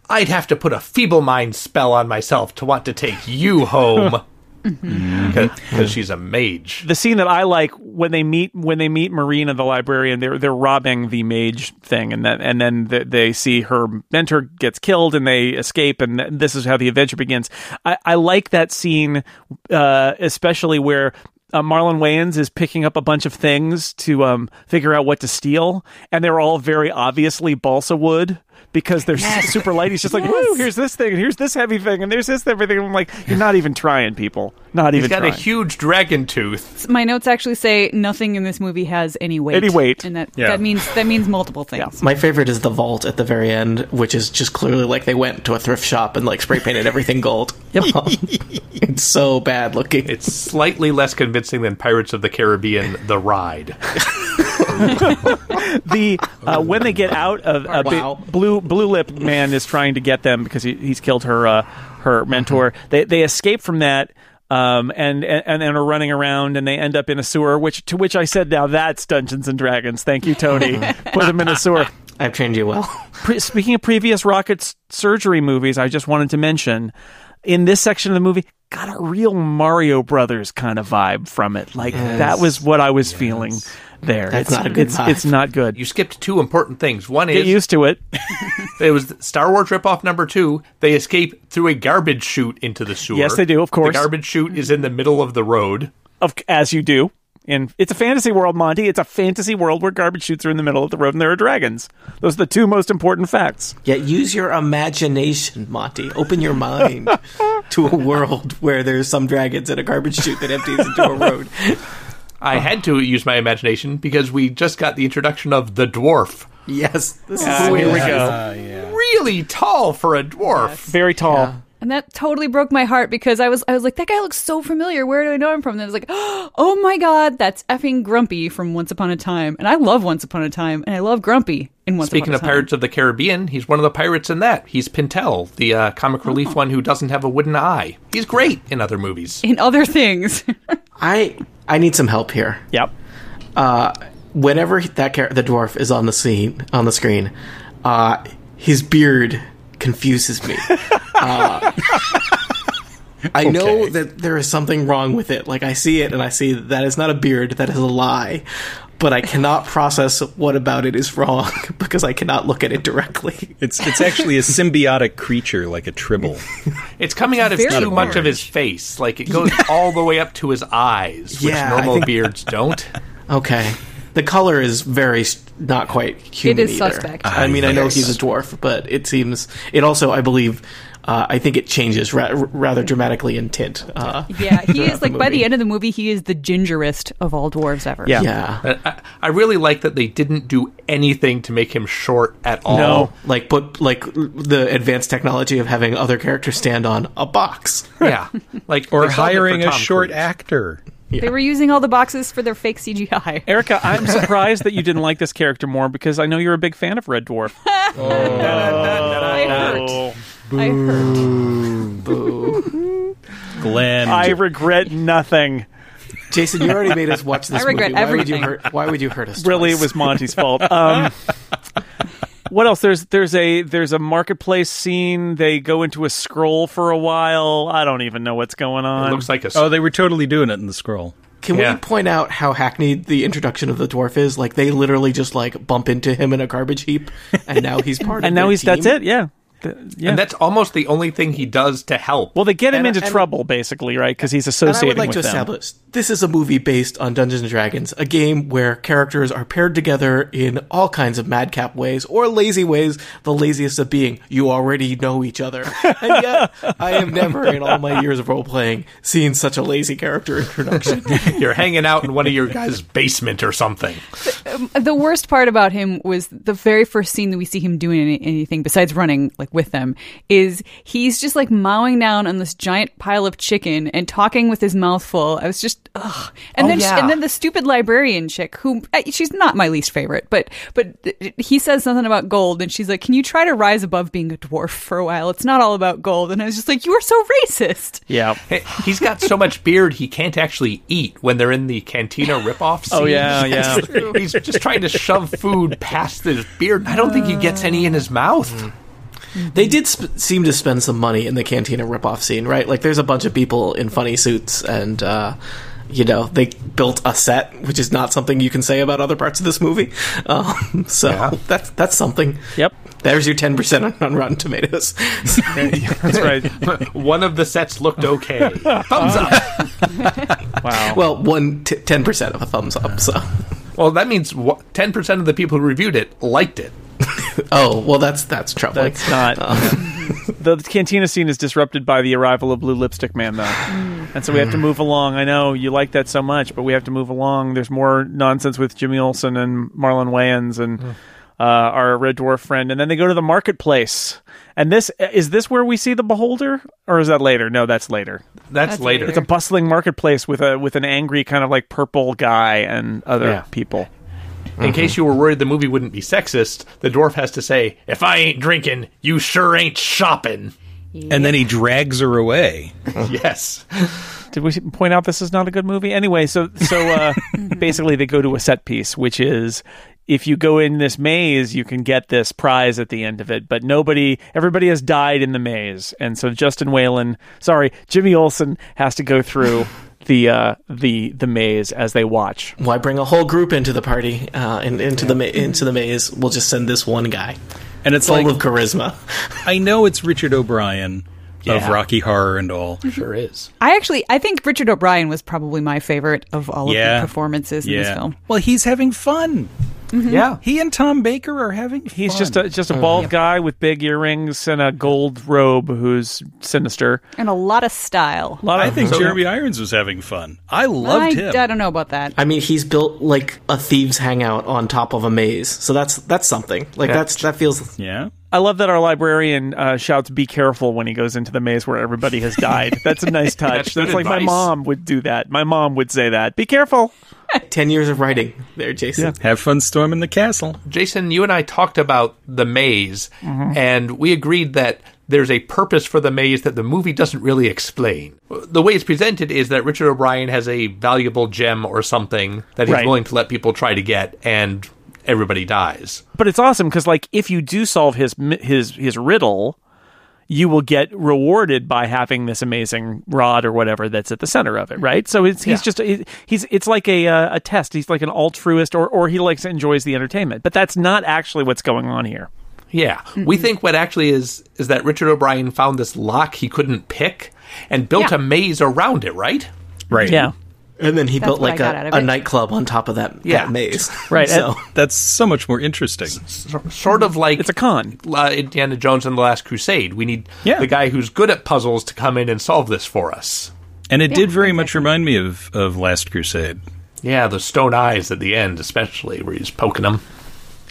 S7: I'd have to put a feeble mind spell on myself to want to take you home.
S6: Mm-hmm.
S7: Because she's a mage.
S1: The scene that I like when they meet when they meet Marina, the librarian, they're they're robbing the mage thing, and then and then th they see her mentor gets killed, and they escape, and th- this is how the adventure begins. I, I like that scene, uh, especially where. Uh, Marlon Wayans is picking up a bunch of things to um, figure out what to steal, and they're all very obviously balsa wood. because they're s super light. He's just like, woo, here's this thing, and here's this heavy thing, and there's this everything. I'm like, you're not even trying, people. Not even
S9: He's got
S1: trying.
S9: a huge dragon tooth.
S8: My notes actually say nothing in this movie has any weight.
S1: Any weight.
S8: and that
S4: Yeah.
S8: that means that means multiple things.
S3: My favorite is the vault at the very end, which is just clearly like they went to a thrift shop and like spray painted everything gold. Yep. it's so bad looking.
S9: It's slightly less convincing than Pirates of the Caribbean: The Ride.
S1: the uh, when they get out of a bit-
S3: Wow.
S1: blue blue lip man is trying to get them because he, he's killed her uh, her mentor.
S3: Mm-hmm.
S1: They they escape from that. Um, and, and and are running around and they end up in a sewer, which to which I said, now that's Dungeons and Dragons. Thank you, Tony. Put them in a sewer.
S3: I've trained you well.
S1: speaking of previous rocket s- surgery movies, I just wanted to mention in this section of the movie got a real Mario Brothers kind of vibe from it. Like that was what I was feeling there.
S3: That's
S1: it's
S3: not a good
S1: it's,
S3: vibe.
S1: it's not good.
S9: You skipped two important things. One
S1: Get
S9: is
S1: used to it.
S9: it was Star Wars ripoff number two. They escape through a garbage chute into the sewer.
S1: Yes, they do, of course.
S9: the garbage chute is in the middle of the road.
S1: of as you do. And it's a fantasy world, Monty. It's a fantasy world where garbage chutes are in the middle of the road and there are dragons. Those are the two most important facts.
S3: Yeah, use your imagination, Monty. Open your mind to a world where there's some dragons and a garbage chute that empties into a road.
S9: I had to use my imagination because we just got the introduction of the dwarf.
S3: Yes, this
S1: Ah,
S3: is
S1: here we go.
S9: Really tall for a dwarf.
S1: Very tall.
S8: And that totally broke my heart because I was I was like, that guy looks so familiar. Where do I know him from? And I was like, oh my god, that's effing Grumpy from Once Upon a Time. And I love Once Upon a Time, and I love Grumpy in Once
S9: Speaking
S8: Upon a
S9: of
S8: Time.
S9: Pirates of the Caribbean, he's one of the pirates in that. He's Pintel, the uh, comic relief one who doesn't have a wooden eye. He's great in other movies.
S8: in other things,
S3: I I need some help here.
S1: Yep.
S3: Uh, Whenever that char- the dwarf is on the scene on the screen, uh, his beard confuses me. Uh, I know that there is something wrong with it. Like I see it and I see that is not a beard. That is a lie. But I cannot process what about it is wrong because I cannot look at it directly.
S4: It's it's actually a symbiotic creature like a tribble.
S9: It's coming out of
S8: Very
S9: too much of
S4: large.
S9: his face. Like it goes all the way up to his eyes, which
S3: Yeah, I
S9: normal
S3: think-
S9: beards don't.
S3: Okay. The color is very s- not quite human.
S8: is
S3: either.
S8: suspect.
S1: Ah,
S3: I mean, I know he's a dwarf, but it seems it also, I believe, uh, I think it changes ra- rather dramatically in tint. Uh,
S8: yeah, he is like by
S3: movie.
S8: the end of the movie, he is the gingerest of all dwarves ever.
S1: Yeah.
S3: yeah,
S9: I- I, I really like that they didn't do anything to make him short at all.
S1: No.
S3: like put like the advanced technology of having other characters stand on a box.
S9: Yeah. Like
S4: Or
S9: they solved it for
S4: hiring a
S9: Tom
S4: short
S9: Cruise.
S4: actor.
S8: they were using all the boxes for their fake CGI.
S1: Erica, I'm surprised that you didn't like this character more because I know you're a big fan of Red Dwarf. Uh,
S8: I hurt. I hurt.
S4: Glenn.
S9: Oh.
S1: I regret nothing.
S3: Jason, you already made us watch this.
S8: I regret
S3: movie. Why
S8: everything.
S3: Would you hurt, why would you hurt us?
S1: Really, it
S3: twice?
S1: was Monty's fault. Um, what else? There's there's a there's a marketplace scene. They go into a scroll for a while. I don't even know what's going on.
S9: It looks like a
S4: oh, they were totally doing it in the scroll.
S3: Can
S9: Yeah.
S3: we point out how hackneyed the introduction of the dwarf is? Like they literally just like bump into him in a garbage heap, and now he's part. of
S1: and now
S3: their
S1: he's that's
S3: team?
S1: it. Yeah. Th- yeah.
S9: And that's almost the only thing he does to help.
S1: Well, they get him
S3: And-
S1: into
S3: and-
S1: trouble, basically, right? Because he's
S3: And I
S1: associating
S3: would like
S1: with
S3: to
S1: them.
S3: establish this is a movie based on Dungeons and Dragons, a game where characters are paired together in all kinds of madcap ways or lazy ways, the laziest of being you already know each other. And yet, I have never in all my years of role playing seen such a lazy character introduction.
S9: You're hanging out in one of your guys' basement or something.
S8: the worst part about him was the very first scene that we see him doing any, anything besides running like with them is he's just like mowing down on this giant pile of chicken and talking with his mouth full. I was just ugh. And then
S9: yeah.
S8: and then the stupid librarian chick who eh, she's not my least favorite, but but th- he says something about gold and she's like, "Can you try to rise above being a dwarf for a while? It's not all about gold." And I was just like, "You are so racist."
S1: Yeah.
S9: Hey, He's got so much beard he can't actually eat when they're in the cantina ripoff scene.
S1: Oh, yeah, yeah.
S9: He's just trying to shove food past his beard. I don't think he gets any in his mouth.
S3: they did sp- seem to spend some money in the cantina ripoff scene, right? Like, there's a bunch of people in funny suits and, uh, you know, they built a set, which is not something you can say about other parts of this movie. Um, so that's that's something.
S1: Yep.
S3: There's your 10% on, on Rotten Tomatoes.
S1: That's right.
S9: Mm. One of the sets looked okay. Thumbs up.
S1: Wow.
S3: well, one t- 10% of a thumbs up. So
S9: Well, that means wha- 10% of the people who reviewed it liked it.
S3: Oh well, that's that's troubling.
S1: That's not.
S3: Um,
S1: the cantina scene is disrupted by the arrival of Blue Lipstick Man, though,
S3: Hmm.
S1: and so we have to move along. I know you like that so much, but we have to move along. There's more nonsense with Jimmy Olsen and Marlon Wayans and uh, our Red Dwarf friend, and then they go to the marketplace. And this is this where we see the Beholder, or is that later? No, that's later.
S9: That's, later.
S8: later.
S1: It's a bustling marketplace with a with an angry kind of like purple guy and other
S9: Yeah.
S1: people.
S9: In case you were worried the movie wouldn't be sexist, the dwarf has to say, "If I ain't drinking, you sure ain't shopping."
S4: And then he drags her away.
S9: yes.
S1: Did we point out this is not a good movie? Anyway, so so uh, basically they go to a set piece, which is if you go in this maze, you can get this prize at the end of it. But nobody, everybody has died in the maze, and so Justin Whalen, sorry, Jimmy Olsen has to go through the uh, the the maze as they watch.
S3: Why bring a whole group into the party uh, and into the ma- into the maze? We'll just send this one guy
S4: And it's
S3: full
S4: like
S3: of charisma.
S4: I know it's Richard O'Brien of
S9: Yeah.
S4: Rocky Horror and all.
S9: Sure is.
S8: I actually, I think Richard O'Brien was probably my favorite of all
S4: Yeah.
S8: of the performances in this
S4: Yeah.
S8: film.
S4: Well, he's having fun.
S9: Yeah.
S4: He and Tom Baker are having
S1: He's
S4: fun.
S1: just a just a bald guy with big earrings and a gold robe who's sinister.
S8: And a lot of style.
S1: A lot
S4: I
S1: of
S4: think Jeremy Irons was having fun. I loved
S8: I,
S4: him.
S8: I don't know about that.
S3: I mean, he's built like a thieves' hangout on top of a maze, so that's that's something. Like that's that feels.
S4: yeah.
S1: I love that our librarian uh, shouts "Be careful" when he goes into the maze where everybody has died. That's a nice touch. That's,
S9: That's good
S1: like my
S9: advice.
S1: mom would do that. My mom would say that. Be careful.
S3: Ten years of writing there, Jason.
S4: Have fun storming the castle.
S9: Jason, you and I talked about the maze,
S1: Mm-hmm.
S9: and we agreed that there's a purpose for the maze that the movie doesn't really explain. The way it's presented is that Richard O'Brien has a valuable gem or something that he's
S1: Right.
S9: willing to let people try to get, and everybody dies.
S1: But it's awesome because, like, if you do solve his mi- his his riddle, you will get rewarded by having this amazing rod or whatever that's at the center of it, right? So it's he's just he- he's it's like a uh, a test. He's like an altruist, or or he likes enjoys the entertainment. But that's not actually what's going on here.
S9: Yeah. We think what actually is is that Richard O'Brien found this lock he couldn't pick and built
S8: Yeah.
S9: a maze around it, right?
S4: Right.
S1: Yeah,
S3: And then he built
S8: what I
S3: like
S8: got out
S3: a,
S8: of
S3: a
S8: it.
S3: nightclub on top of that,
S9: Yeah.
S3: that maze.
S1: Right,
S3: So
S4: That's so much more interesting.
S9: S- Sort of like
S1: it's a con.
S9: uh, Indiana Jones and the Last Crusade. We need
S4: Yeah.
S9: the guy who's good at puzzles to come in and solve this for us.
S4: And it did very much remind me of, of Last Crusade.
S9: Yeah, the stone eyes at the end, especially where he's poking them.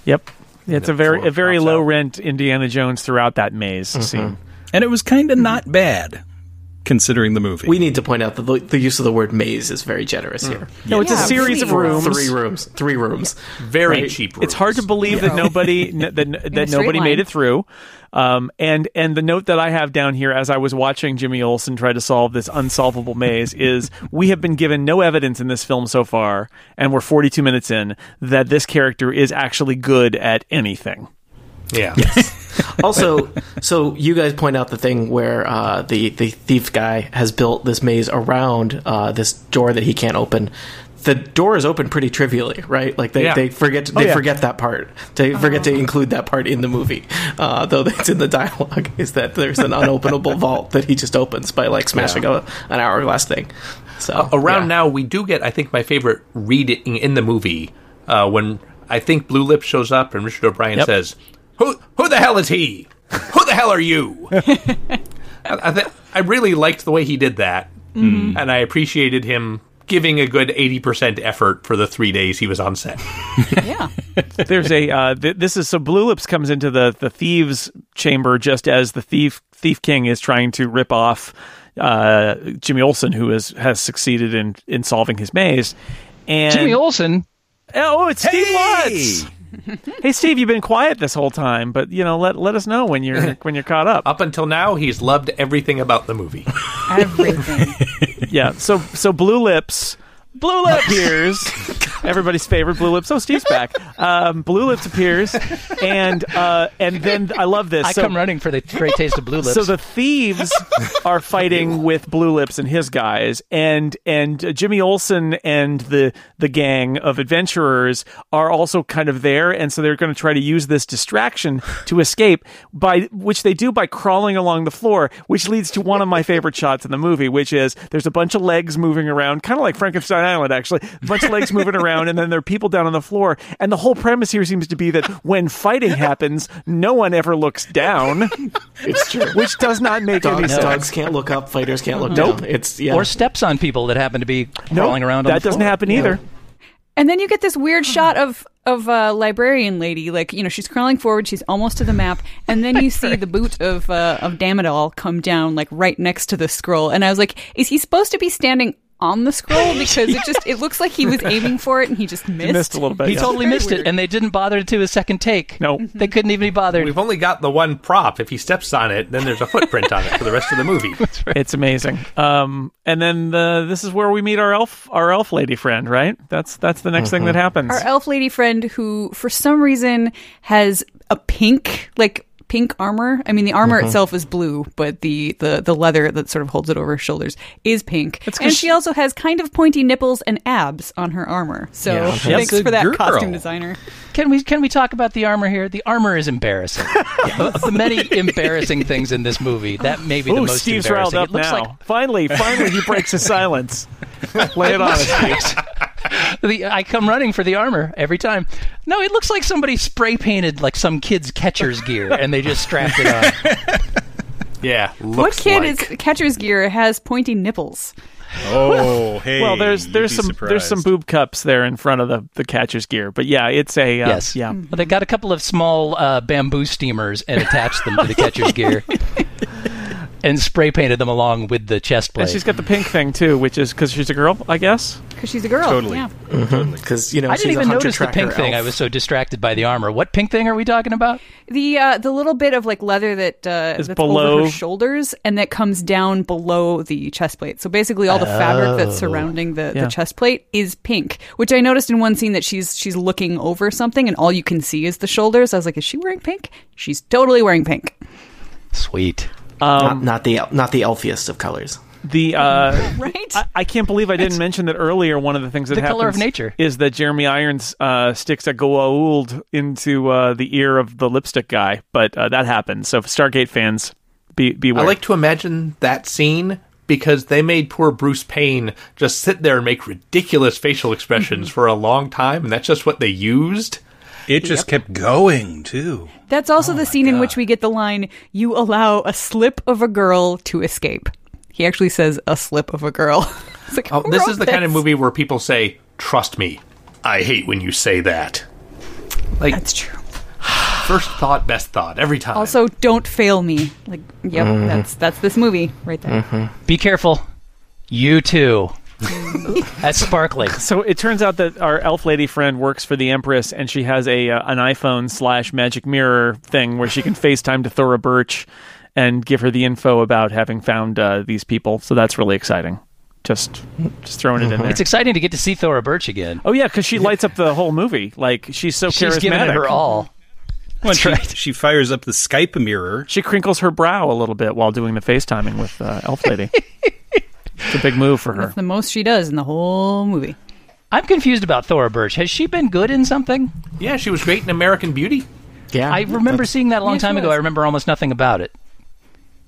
S1: Yep. It's a
S9: that's
S1: very
S9: what
S1: a very
S9: pops
S1: low
S9: out. Mm-hmm.
S1: rent Indiana Jones throughout that maze scene.
S4: And it was kind of not bad considering the movie.
S3: we need to point out that the, the use of the word maze is very generous here.
S1: Mm. No, it's a
S8: Yeah,
S1: series of
S8: really.
S1: rooms.
S3: Three rooms. Three rooms.
S9: Very cheap.
S1: It's hard to
S9: rooms.
S1: believe that nobody n- that, n- that
S8: a straight
S1: nobody
S8: line.
S1: made it through. Um, and and the note that I have down here as I was watching Jimmy Olsen try to solve this unsolvable maze is we have been given no evidence in this film so far, and we're 42 minutes in that this character is actually good at anything.
S9: Yeah,
S3: also, so you guys point out the thing where uh, the the thief guy has built this maze around uh, this door that he can't open. The door is open pretty trivially, right? Like they,
S9: Yeah.
S3: they forget they
S1: yeah.
S3: forget that part. They forget to include that part in the movie, uh, though that's in the dialogue. Is that there's an unopenable vault that he just opens by like smashing a, an hourglass thing. So
S9: around
S3: yeah.
S9: now we do get, I think, my favorite reading in the movie uh, when I think Blue Lip shows up and Richard O'Brien
S1: Yep.
S9: says, "Who who the hell is he? who the hell are you?" I, I, th- I really liked the way he did that,
S1: Mm-hmm.
S9: and I appreciated him giving a good eighty percent effort for the three days he was on set.
S8: yeah.
S1: There's a uh, th- this is so Blue Lips comes into the the thieves chamber just as the thief thief king is trying to rip off uh, Jimmy Olsen, who is has succeeded in in solving his maze. And
S6: Jimmy Olsen.
S1: oh, it's Steve Lutz. Hey Steve, you've been quiet this whole time, but you know let let us know when you're when you're caught up.
S9: Up until now, he's loved everything about the movie.
S8: Everything.
S1: Yeah. So so Blue Lips. Blue Lips appears. Everybody's favorite Blue Lips. Oh, Steve's back. Um, Blue Lips appears, and uh, and then I love this.
S6: I
S1: So-
S6: come running for the great taste of blue lips.
S1: So the thieves are fighting with Blue Lips and his guys, and and uh, Jimmy Olsen and the the gang of adventurers are also kind of there, and so they're going to try to use this distraction to escape. By which they do by crawling along the floor, which leads to one of my favorite shots in the movie, which is there's a bunch of legs moving around, kind of like Frankenstein Island, actually, a bunch of legs moving around, and then there are people down on the floor. And the whole premise here seems to be that when fighting happens, no one ever looks down,
S3: It's true.
S1: which does not make any
S3: Dogs,
S1: sense.
S3: dogs can't look up. Fighters can't look
S1: Nope.
S3: down. It's yeah.
S6: Or steps on people that happen to be
S1: Nope,
S6: crawling around. on
S1: That
S6: the
S1: doesn't
S6: floor.
S1: happen either.
S8: And then you get this weird shot of of a librarian lady, like you know, she's crawling forward, she's almost to the map, and then you see the boot of uh, of Damodal come down, like right next to the scroll. And I was like, is he supposed to be standing on the scroll? Because it just it looks like he was aiming for it and he just missed.
S1: Missed a little bit.
S6: He
S1: yeah.
S6: totally missed it, and they didn't bother to do a second take.
S1: No.
S6: They couldn't even be bothered.
S7: We've only got the one prop. If he steps on it, then there's a footprint on it for the rest of the movie.
S1: It's amazing. Um, and then the this is where we meet our elf our elf lady friend, right? That's that's the next thing that happens.
S8: Our elf lady friend, who for some reason has a pink like pink armor. I mean, the armor itself is blue, but the the the leather that sort of holds it over her shoulders is pink. and she also has kind of pointy nipples and abs on her armor. So
S3: Yeah, that's
S8: thanks
S4: a
S8: for that
S4: girl.
S8: costume designer.
S6: Can we can we talk about the armor here? The armor is embarrassing. of the many embarrassing things in this movie, that may be the
S1: Ooh,
S6: most
S1: Steve's riled
S6: embarrassing.
S1: up
S6: it looks
S1: now. finally, finally, he breaks his silence. Lay it on us. Steve.
S6: like the, I come running for the armor every time. No, it looks like somebody spray painted like some kid's catcher's gear, and they just strapped it on.
S7: Yeah.
S8: What
S7: Looks
S8: kid
S7: like.
S8: is catcher's gear has pointy nipples?
S4: Oh, hey.
S1: Well, there's
S4: you'd
S1: there's
S4: be
S1: some there's some
S4: surprised.
S1: boob cups there in front of the the catcher's gear, but yeah, it's a uh,
S6: yes,
S1: yeah.
S6: Well, they got a couple of small uh, bamboo steamers and attached them to the catcher's gear, and spray painted them along with the chest plate.
S1: And she's got the pink thing too, which is because she's a girl, I guess.
S8: Because she's a girl.
S4: Totally.
S8: Yeah.
S3: because you know
S6: I didn't
S3: she's
S6: even
S3: a hunter
S6: notice the
S3: tracker
S6: pink thing.
S3: elf.
S6: I was so distracted by the armor. What pink thing are we talking about?
S8: The uh, the little bit of like leather that uh,
S1: Is
S8: that's
S1: below-
S8: over her shoulders and that comes down below the chest plate. So basically, all the fabric
S7: Oh.
S8: that's surrounding the,
S1: Yeah.
S8: the chest plate is pink, which I noticed in one scene that she's she's looking over something and all you can see is the shoulders. I was like, is she wearing pink? She's totally wearing pink.
S6: Sweet.
S1: Um,
S3: not, not the el- not the elfiest of colors.
S1: The uh,
S8: Right?
S1: I, I can't believe I didn't mention that earlier. One of the things that
S6: The
S1: happens
S6: color of nature.
S1: is that Jeremy Irons uh, sticks a goa'uld into uh, the ear of the lipstick guy, but uh, that happens. So Stargate fans, be
S7: I
S1: beware.
S7: like to imagine that scene because they made poor Bruce Payne just sit there and make ridiculous facial expressions for a long time, and that's just what they used.
S4: It just kept going, too.
S8: that's also
S7: Oh
S8: the scene in which we get the line, "You allow a slip of a girl to escape." He actually says, "A slip of a girl." It's like,
S7: Oh,
S8: who
S7: this
S8: wrote
S7: is the kind of
S8: this?
S7: movie where people say, "Trust me." I hate when you say that. Like
S8: That's true.
S7: first thought, best thought every time.
S8: Also, don't fail me. Like, yep,
S3: Mm-hmm.
S8: that's that's this movie right there.
S6: Be careful. You too. That's sparkling.
S1: So it turns out that our elf lady friend works for the Empress, and she has a uh, an iPhone slash magic mirror thing where she can FaceTime to Thora Birch and give her the info about having found uh, these people. So that's really exciting. Just just throwing it in there.
S6: Mm-hmm. It's exciting to get to see Thora Birch again.
S1: oh yeah, because she lights up the whole movie. Like she's so
S6: She's
S1: charismatic.
S6: giving it her all.
S4: Well, she,
S6: right.
S4: she fires up the Skype mirror.
S1: She crinkles her brow a little bit while doing the FaceTiming with uh, elf lady. it's a big move for her.
S8: That's the most she does in the whole movie.
S6: I'm confused about Thora Birch. Has she been good in something?
S7: yeah, she was great in American Beauty.
S3: Yeah,
S6: I remember seeing that a long
S8: Yeah, she
S6: time ago.
S8: was.
S6: I remember almost nothing about it.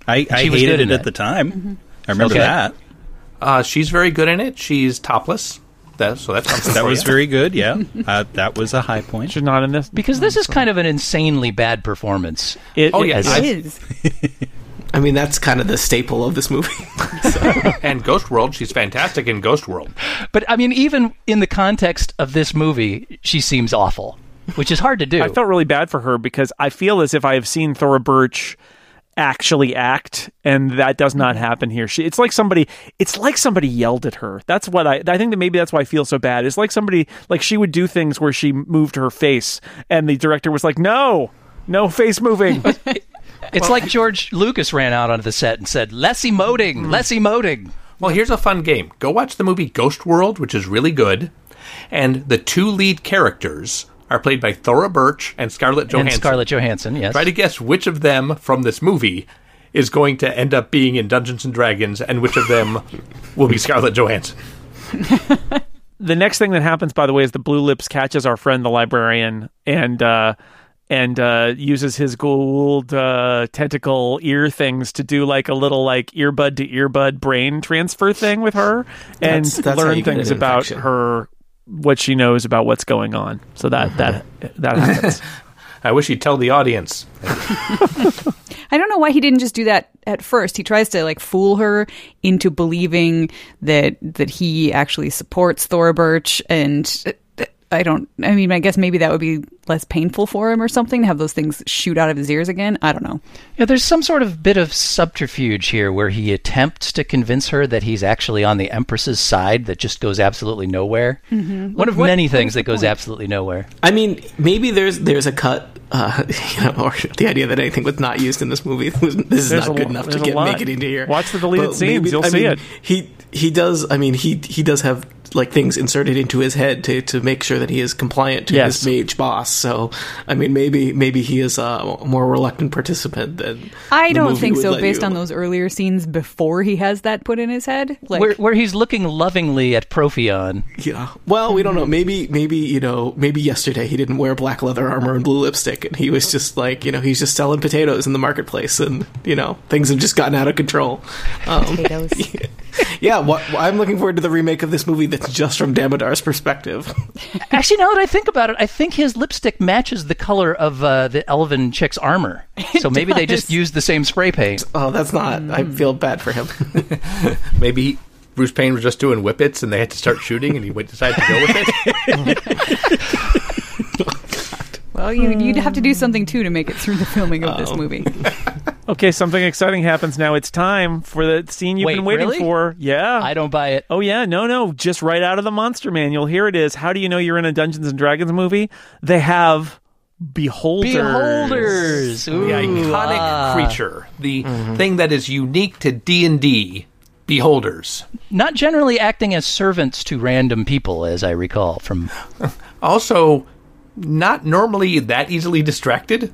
S4: I, I
S6: She was
S4: hated
S6: good
S4: it
S6: in
S4: at
S6: it.
S4: the time. I remember
S6: Okay.
S4: that.
S7: Uh, she's very good in it. She's topless. That, so that's something.
S4: That
S7: for
S4: was
S7: you.
S4: very good, yeah. Uh, that was a high point.
S1: She's not in this.
S6: Because this is kind of an insanely bad performance.
S1: It,
S7: Oh
S1: it-
S7: yes,
S8: It
S7: I-
S8: is.
S3: I mean that's kind of the staple of this movie.
S7: and Ghost World. She's fantastic in Ghost World.
S6: But I mean, even in the context of this movie, she seems awful, which is hard to do.
S1: I felt really bad for her because I feel as if I have seen Thora Birch actually act and that does not happen here. She it's like somebody it's like somebody yelled at her. That's what I I think that maybe that's why I feel so bad. It's like somebody like she would do things where she moved her face and the director was like, "No. No face moving."
S6: it's like George Lucas ran out onto the set and said, less emoting, less emoting.
S7: Well, here's a fun game. Go watch the movie Ghost World, which is really good. And the two lead characters are played by Thora Birch and Scarlett Johansson.
S6: And Scarlett Johansson, yes.
S7: Try to guess which of them from this movie is going to end up being in Dungeons and Dragons and which of them will be Scarlett Johansson.
S1: the next thing that happens, by the way, is the blue lips catches our friend the librarian and uh, and uh, uses his gold uh, tentacle ear things to do like a little like earbud to earbud brain transfer thing with her and
S3: That's- that's how
S1: learn
S3: you get an
S1: things about
S3: infection.
S1: her what she knows about what's going on. So
S3: Mm-hmm.
S1: that that that happens.
S9: I wish you'd tell the audience.
S8: I don't know why he didn't just do that at first. He tries to like fool her into believing that that he actually supports Thora Birch, and uh, I don't. I mean, I guess maybe that would be less painful for him or something to have those things shoot out of his ears again. I don't know.
S6: Yeah, there's some sort of bit of subterfuge here where he attempts to convince her that he's actually on the Empress's side that just goes absolutely nowhere. One of many things that goes absolutely nowhere.
S3: I mean, maybe there's there's a cut, uh, you know, or the idea that anything was not used in this movie. was- This is
S1: There's
S3: not
S1: a
S3: good
S1: lo-
S3: enough to
S1: there's a
S3: get
S1: lot.
S3: make it into here.
S1: Watch the deleted
S3: But
S1: scenes, you'll
S3: I
S1: see
S3: mean,
S1: it.
S3: He he does. I mean, he he does have like things inserted into his head to, to make sure that he is compliant to
S1: Yes.
S3: his mage boss. So, I mean, maybe maybe he is a more reluctant participant than
S8: I
S3: the
S8: don't
S3: movie
S8: think
S3: would
S8: so.
S3: let
S8: Based
S3: you.
S8: on those earlier scenes before he has that put in his head, like
S6: where, where he's looking lovingly at Profion.
S3: Yeah. Well, we don't know. Maybe, maybe you know, maybe yesterday he didn't wear black leather armor and blue lipstick, and he was just like, you know, he's just selling potatoes in the marketplace, and you know, things have just gotten out of control. Um,
S8: potatoes.
S3: yeah. What, I'm looking forward to the remake of this movie that's just from Damodar's perspective.
S6: Actually, now that I think about it, I think his lipstick matches the color of uh, the elven chick's armor. so maybe they just used the same spray paint.
S3: Oh, that's not. I feel bad for him.
S9: Maybe he, Bruce Payne was just doing whippets and they had to start shooting and he went, decided to go with it.
S8: well, you, you'd have to do something too to make it through the filming of
S3: Oh.
S8: this movie.
S1: okay, something exciting happens now. It's time for the scene you've
S6: Wait,
S1: been waiting
S6: really?
S1: for. Yeah.
S6: I don't buy it.
S1: Oh yeah, no, no, just right out of the Monster Manual. Here it is. How do you know you're in a Dungeons and Dragons movie? They have beholders.
S6: Beholders.
S9: The
S6: Ooh,
S9: iconic
S6: ah. Mm-hmm.
S9: creature, the thing that is unique to D&D beholders.
S6: Not generally acting as servants to random people, as I recall from
S9: Also, not normally that easily distracted.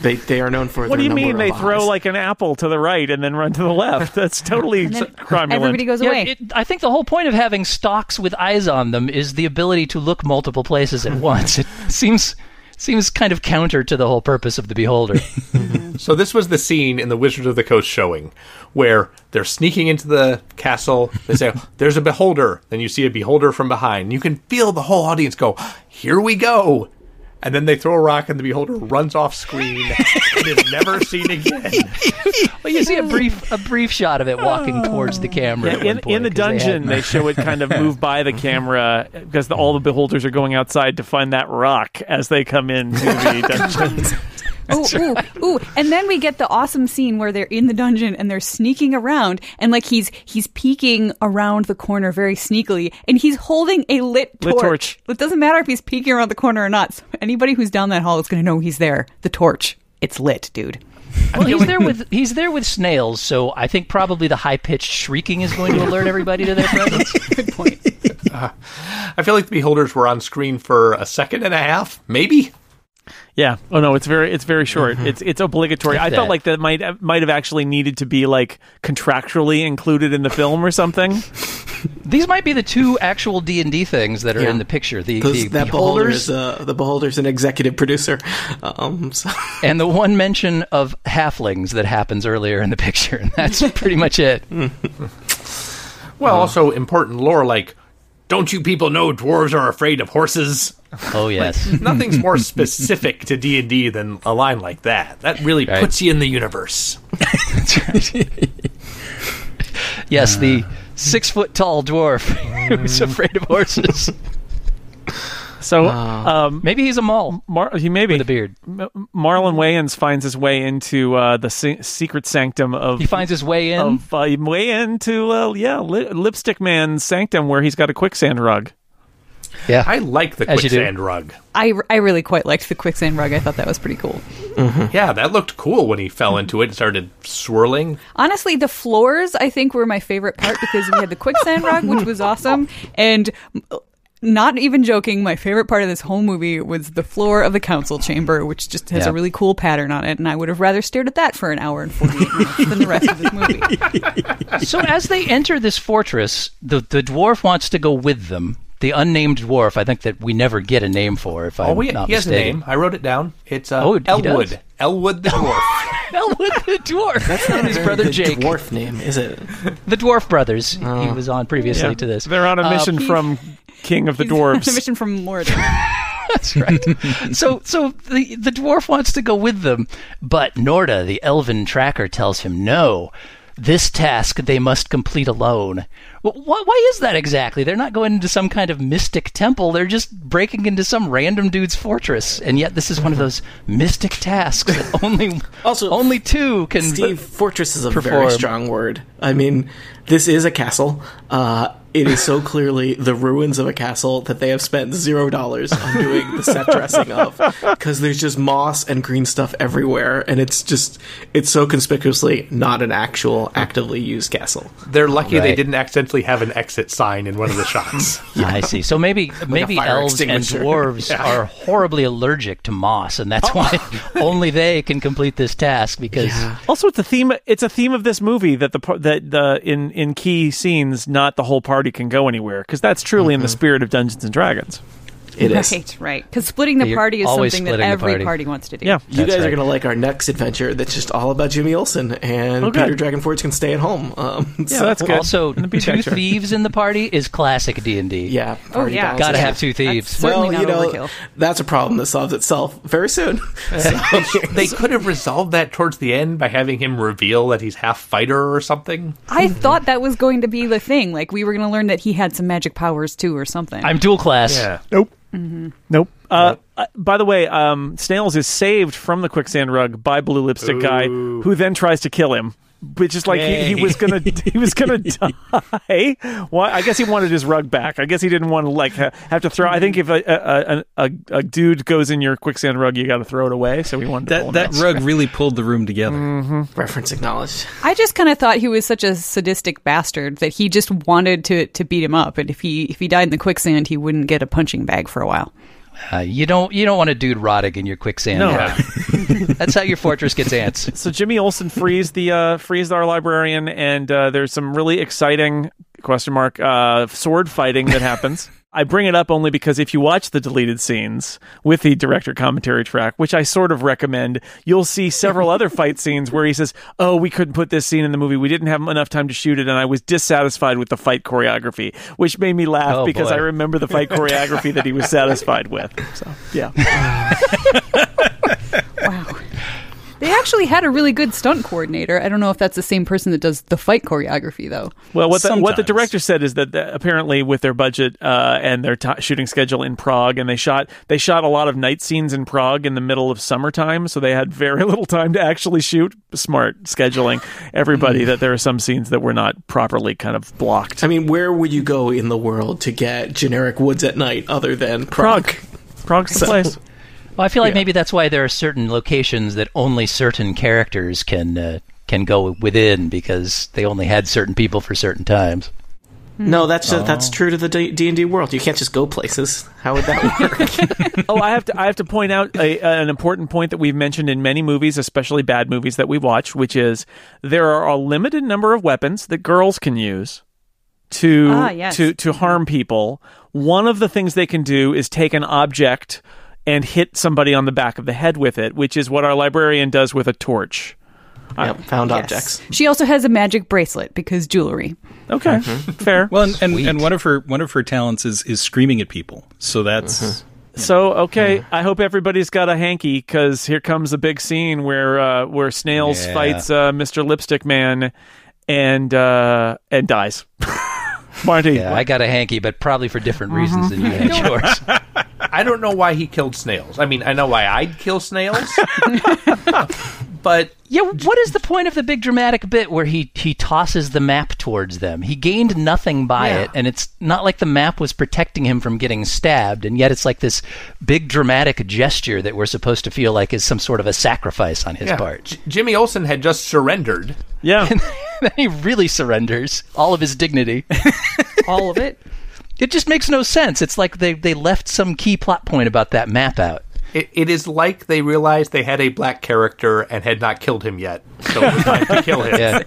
S3: they they are known for.
S1: What do you mean they throw
S3: like?
S1: like an apple to the right and then run to the left? That's totally cromulent.
S8: Everybody goes
S6: Yeah,
S8: away.
S6: it- I think the whole point of having stocks with eyes on them is the ability to look multiple places at once. It seems seems kind of counter to the whole purpose of the beholder.
S9: So this was the scene in the Wizards of the Coast showing where they're sneaking into the castle. They say, "There's a beholder." Then you see a beholder from behind. You can feel the whole audience go, "Here we go!" And then they throw a rock, and the beholder runs off screen and is never seen again.
S6: well, you see a brief a brief shot of it walking towards the camera.
S1: Yeah,
S6: at one
S1: in,
S6: point,
S1: in the
S6: 'cause they had-
S1: dungeon, they, show it kind of move by the camera because the, all the beholders are going outside to find that rock as they come into the dungeon.
S8: ooh, ooh, ooh. And then we get the awesome scene where they're in the dungeon and they're sneaking around and like he's he's peeking around the corner very sneakily and he's holding a lit torch.
S1: Lit torch.
S8: It doesn't matter if he's peeking around the corner or not. So anybody who's down that hall is going to know he's there. The torch. It's lit, dude.
S6: well, he's there with he's there with snails, so I think probably the high pitched shrieking is going to alert everybody to their presence.
S8: Good point.
S9: I feel like the beholders were on screen for a second and a half, maybe.
S1: Yeah. Oh no, it's very it's very short. It's it's obligatory. I felt
S6: Mm-hmm. that.
S1: like that might might have actually needed to be like contractually included in the film or something.
S6: These might be the two actual D and D things that are
S3: Yeah.
S6: in the picture: the,
S3: Those-
S6: the
S3: that beholder
S6: beholders
S3: is uh, the beholder's an executive producer. Um, so-
S6: and the one mention of halflings that happens earlier in the picture. And that's pretty much it.
S9: Well,
S6: Mm.
S9: also important lore like, don't you people know dwarves are afraid of horses?
S6: Oh yes.
S9: Nothing's more specific to D and D than a line like that. That really
S6: Right.
S9: puts you in the universe.
S6: Yes, the six foot tall dwarf who's afraid of horses.
S1: So um,
S6: Maybe he's a mole
S1: Mar- he maybe
S6: Uh, with a beard.
S1: M- Marlon Wayans finds his way into uh, the se- secret sanctum of
S6: He finds his way in.
S1: of uh, way into uh, yeah li- lipstick man's sanctum where he's got a quicksand rug.
S6: yeah.
S9: I like the
S6: As you do.
S9: quicksand rug.
S8: I, I really quite liked the quicksand rug. I thought that was pretty cool.
S9: Yeah, that looked cool when he fell into it and started swirling.
S8: Honestly, the floors I think were my favorite part because we had the quicksand rug, which was awesome, and mm, not even joking, my favorite part of this whole movie was the floor of the council chamber, which just has
S6: Yeah.
S8: a really cool pattern on it, and I would have rather stared at that for an hour and forty eight minutes than the rest of this movie.
S6: so as they enter this fortress, the, the dwarf wants to go with them. The unnamed dwarf, I think that we never get a name for, if I'm
S9: Oh, wait,
S6: not
S9: he has a
S6: mistaken.
S9: name. I wrote it down. It's uh,
S6: Oh, he does?
S9: Elwood. Elwood the dwarf.
S6: Elwood the dwarf. and his brother
S3: the
S6: Jake.
S3: Dwarf name is it?
S6: The dwarf brothers. He was on previously to this.
S1: They're on a
S6: Uh,
S1: mission from king of the
S8: He's
S1: dwarves.
S8: on a mission from Mordor.
S6: That's right. so so the, the dwarf wants to go with them, but Norda, the elven tracker, tells him no. This task they must complete alone. Wh- wh- why is that exactly? They're not going into some kind of mystic temple. They're just breaking into some random dude's fortress, and yet this is one of those mystic tasks that only
S3: Also,
S6: only two can.
S3: Steve, fortress is a
S6: perform.
S3: very strong word. I mean, this is a castle. Uh, it is so clearly the ruins of a castle that they have spent zero dollars on doing the set dressing of, because there's just moss and green stuff everywhere, and it's just it's so conspicuously not an actual actively used castle.
S9: They're lucky they
S6: Right.
S9: didn't accidentally have an exit sign in one of the shots.
S6: I see. So maybe maybe
S3: fire
S6: elves and
S3: extinguisher. Oh.
S6: dwarves are horribly allergic to moss, and that's why only they can complete this task because.
S1: Also, it's a theme. It's a theme of this movie that the par- that the in in key scenes, not the whole party can go anywhere because that's truly in the spirit of Dungeons and Dragons.
S3: It is.
S8: right, right. Because splitting the
S6: You're
S8: party is
S6: always
S8: something that
S6: splitting the
S8: every
S6: party.
S8: party. wants to do.
S1: Yeah,
S3: You
S6: That's
S3: guys
S6: right.
S3: are gonna like our next adventure. That's just all about Jimmy Olsen and
S1: Oh, good.
S3: Peter Dragonforge can stay at home. Um,
S1: yeah, that's good.
S6: Also,
S1: And the beach
S6: two
S1: actor.
S6: thieves in the party is classic D and D.
S3: yeah. party
S8: Oh, yeah.
S3: balance
S6: gotta
S3: is-
S6: have two
S8: That's
S6: thieves.
S8: certainly not overkill.
S3: that's a problem that solves itself very soon.
S9: they could have resolved that towards the end by having him reveal that he's half fighter or something.
S8: I thought that was going to be the thing. Like we were going to learn that he had some magic powers too, or something.
S6: I'm dual class.
S1: Nope. Nope. Uh, uh, by the way, um, Snails is saved from the quicksand rug by Blue Lipstick Guy, who then tries to kill him. Which is like he, he was gonna he was gonna die. Why? I guess he wanted his rug back. I guess he didn't want to like ha- have to throw. I think if a a, a, a a dude goes in your quicksand rug, you got to throw it away. So he wanted to pull
S4: That
S1: him
S4: that
S1: out.
S4: rug really pulled the room together.
S3: Reference acknowledged.
S8: I just kind of thought he was such a sadistic bastard that he just wanted to to beat him up, and if he if he died in the quicksand, he wouldn't get a punching bag for a while.
S6: Uh, you don't you don't want a dude rotting in your quicksand.
S1: No.
S6: Yeah. that's how your fortress gets ants.
S1: So Jimmy Olsen frees the uh, frees our librarian, and uh, there's some really exciting question mark uh, sword fighting that happens. I bring it up only because if you watch the deleted scenes with the director commentary track, which I sort of recommend, you'll see several other fight scenes where he says, "Oh, we couldn't put this scene in the movie. We didn't have enough time to shoot it, and I was dissatisfied with the fight choreography," which made me laugh
S6: Oh,
S1: because
S6: boy.
S1: I remember the fight choreography that he was satisfied with. So yeah.
S8: They actually had a really good stunt coordinator. I don't know if that's the same person that does the fight choreography though.
S1: Well, what the, what the
S4: Sometimes.
S1: director said is that the, apparently with their budget uh, and their ti shooting schedule in Prague, and they shot they shot a lot of night scenes in Prague in the middle of summertime, so they had very little time to actually shoot. Smart scheduling, everybody.
S3: Hmm.
S1: that there are some scenes that were not properly kind of blocked.
S3: I mean, where would you go in the world to get generic woods at night other than Prague?
S1: Prague's the
S3: So-
S1: place.
S6: Well, I feel like maybe that's why there are certain locations that only certain characters can uh, can go within because they only had certain people for certain times.
S8: Hmm.
S3: No, that's that's true to the D and D world. You can't just go places. How would that work?
S1: oh, I have to. I have to point out a, an important point that we've mentioned in many movies, especially bad movies that we watch, which is there are a limited number of weapons that girls can use to
S8: Ah, yes.
S1: to to harm people. One of the things they can do is take an object and hit somebody on the back of the head with it, which is what our librarian does with a torch.
S3: Yep, found
S8: Yes.
S3: objects.
S8: She also has a magic bracelet because jewelry.
S1: Okay, fair.
S4: Well, and, and, and one of her one of her talents is is screaming at people. So that's
S1: So okay, I hope everybody's got a hanky because here comes a big scene where uh, where Snails
S6: Yeah.
S1: fights uh, Mr. Lipstick Man and uh, and dies. Marty,
S6: Yeah, I got a hanky, but probably for different reasons than you had yours.
S9: I don't know why he killed snails. I mean, I know why I'd kill snails. but
S6: Yeah, what is the point of the big dramatic bit where he, he tosses the map towards them? He gained nothing by it, and it's not like the map was protecting him from getting stabbed, and yet it's like this big dramatic gesture that we're supposed to feel like is some sort of a sacrifice on his
S9: yeah,
S6: part.
S9: J- Jimmy Olsen had just surrendered.
S1: yeah,
S6: then he really surrenders all of his dignity.
S8: All of it.
S6: It just makes no sense. It's like they, they left some key plot point about that map out.
S9: It, it is like they realized they had a black character and had not killed him yet, so it was time to kill him.
S6: Yeah.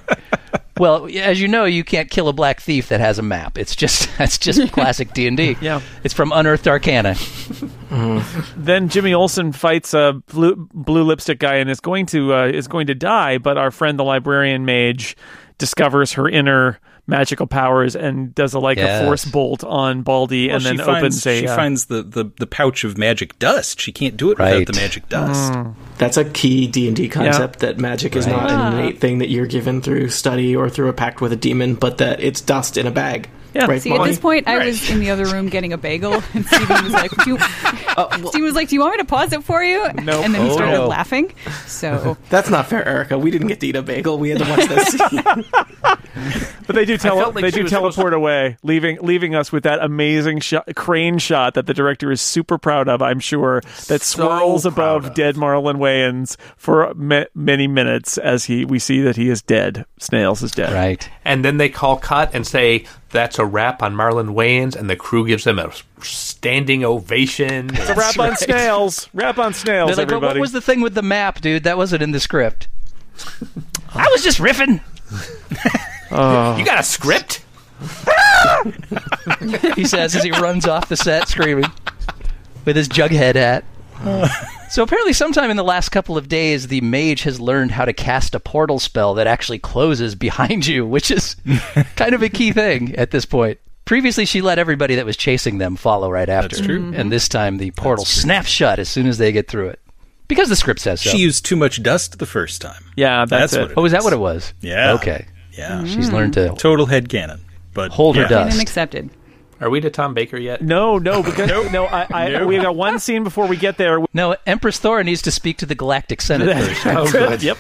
S6: Well, as you know, you can't kill a black thief that has a map. It's just that's just classic D and D.
S1: Yeah.
S6: it's from Unearthed Arcana.
S1: then Jimmy Olsen fights a blue blue lipstick guy and is going to uh, is going to die, but our friend the librarian mage discovers her inner magical powers and does a, like
S10: Yes.
S1: a force bolt on Baldy
S4: Well,
S1: and then
S4: she finds,
S1: opens a
S4: she
S1: uh,
S4: finds the, the, the pouch of magic dust. She can't do it
S10: Right.
S4: without the magic dust.
S3: That's a key D and D concept that magic is not
S8: Ah.
S3: an innate thing that you're given through study or through a pact with a demon, but that it's dust in a bag.
S1: Yeah.
S3: Right,
S8: See, at
S3: Molly?
S8: this point, I was in the other room getting a bagel, and Steven was like, do you, Steven was like, "Do you want me to pause it for you?"
S1: Nope.
S8: And then he
S1: Oh,
S8: started
S10: no.
S8: laughing. So
S3: That's not fair, Erica. We didn't get to eat a bagel. We had to watch that scene.
S1: But they do tele-
S7: felt like
S1: they
S7: she
S1: do
S7: was supposed
S1: teleport away, leaving leaving us with that amazing shot, crane shot that the director is super proud of. I'm sure that
S7: So
S1: swirls
S7: proud
S1: above
S7: of.
S1: dead Marlon Wayans for ma- many minutes as he we see that he is dead. Snails is dead.
S10: Right.
S7: And then they call cut and say, that's a wrap on Marlon Wayans, and the crew gives them a standing ovation.
S1: So rap on snails. Rap on snails,
S6: They're like, "Well,
S1: everybody.
S6: what was the thing with the map, dude? That wasn't in the script. I was just riffing.
S7: you got a script?
S6: He says as he runs off the set screaming with his jughead hat. so apparently, sometime in the last couple of days, the mage has learned how to cast a portal spell that actually closes behind you, which is kind of a key thing at this point. Previously, she let everybody that was chasing them follow right after.
S4: That's true.
S6: And this time, the portal snaps shut as soon as they get through it, because the script says so.
S4: She used too much dust the first time.
S1: yeah, that's,
S4: That's
S1: it.
S4: what it
S6: oh, is that what it was?
S4: Yeah.
S6: Okay.
S4: Yeah.
S6: She's learned to
S4: Total head cannon. But
S6: hold her
S4: yeah.
S8: and
S6: dust.
S8: accepted.
S7: Are we to Tom Baker yet?
S1: No, no, because no, I, I we've got one scene before we get there.
S6: No, Empress Thora needs to speak to the Galactic Senate first.
S7: Oh, good.
S1: Yep.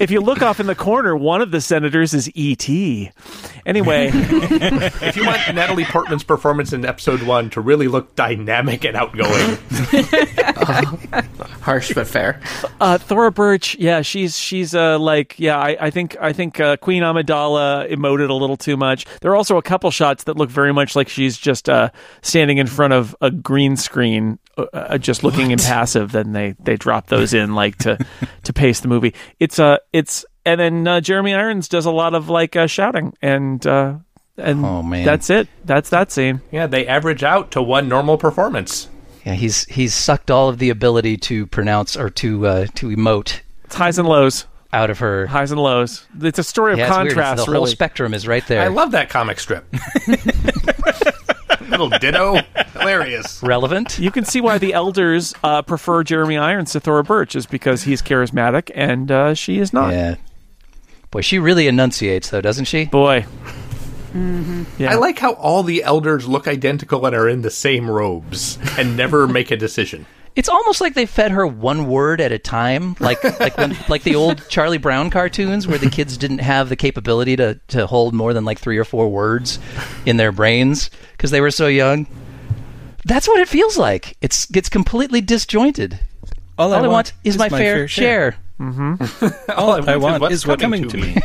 S1: if you look off in the corner, one of the senators is E.T. Anyway.
S7: if you want Natalie Portman's performance in episode one to really look dynamic and outgoing,
S3: Harsh but fair.
S1: Uh, Thora Birch, yeah, she's she's uh, like, yeah, I, I think I think uh, Queen Amidala emoted a little too much. There are also a couple shots that look very much like she's just uh, standing in front of a green screen, uh, uh, just looking impassive. Then they they drop those in like to to pace the movie. It's uh, it's and then uh, Jeremy Irons does a lot of like uh, shouting and uh, and
S10: Oh, man.
S1: that's it. That's that scene.
S7: yeah, they average out to one normal performance.
S10: Yeah, he's he's sucked all of the ability to pronounce or to uh, to emote
S1: It's highs and lows,
S10: out of her.
S1: highs and lows. It's a story of
S10: Yeah, it's weird. It's-
S1: contrast.
S10: The whole
S1: really.
S10: spectrum is right there.
S7: I love that comic strip. Little ditto. Hilarious.
S10: Relevant.
S1: you can see why the elders uh, prefer Jeremy Irons to Thora Birch is because he's charismatic and uh, she is not.
S10: Yeah. Boy, she really enunciates though, doesn't she?
S1: Boy,
S7: I like how all the elders look identical and are in the same robes and never make a decision.
S10: It's almost like they fed her one word at a time, like like when, like the old Charlie Brown cartoons where the kids didn't have the capability to, to hold more than like three or four words in their brains because they were so young. That's what it feels like. It's it's completely disjointed. All I, want, is, my, fair, share.
S7: All
S4: I want is what's coming to me.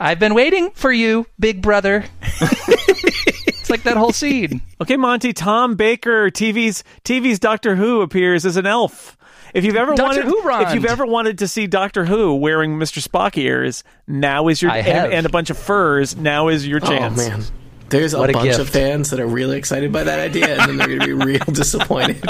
S10: I've been waiting for you, Big Brother. it's like that whole scene.
S1: okay, Monty. Tom Baker, TV's TV's Doctor Who appears as an elf. If you've ever
S10: Doctor
S1: wanted,
S10: Who Rond.
S1: if you've ever wanted to see Doctor Who wearing Mr. Spock ears, now is your
S10: I have.
S1: and, and a bunch of furs. Now is your chance.
S3: Oh man. There's a
S10: What a
S3: bunch of
S10: gift.
S3: fans that are really excited by that idea, and then they're going to be real disappointed.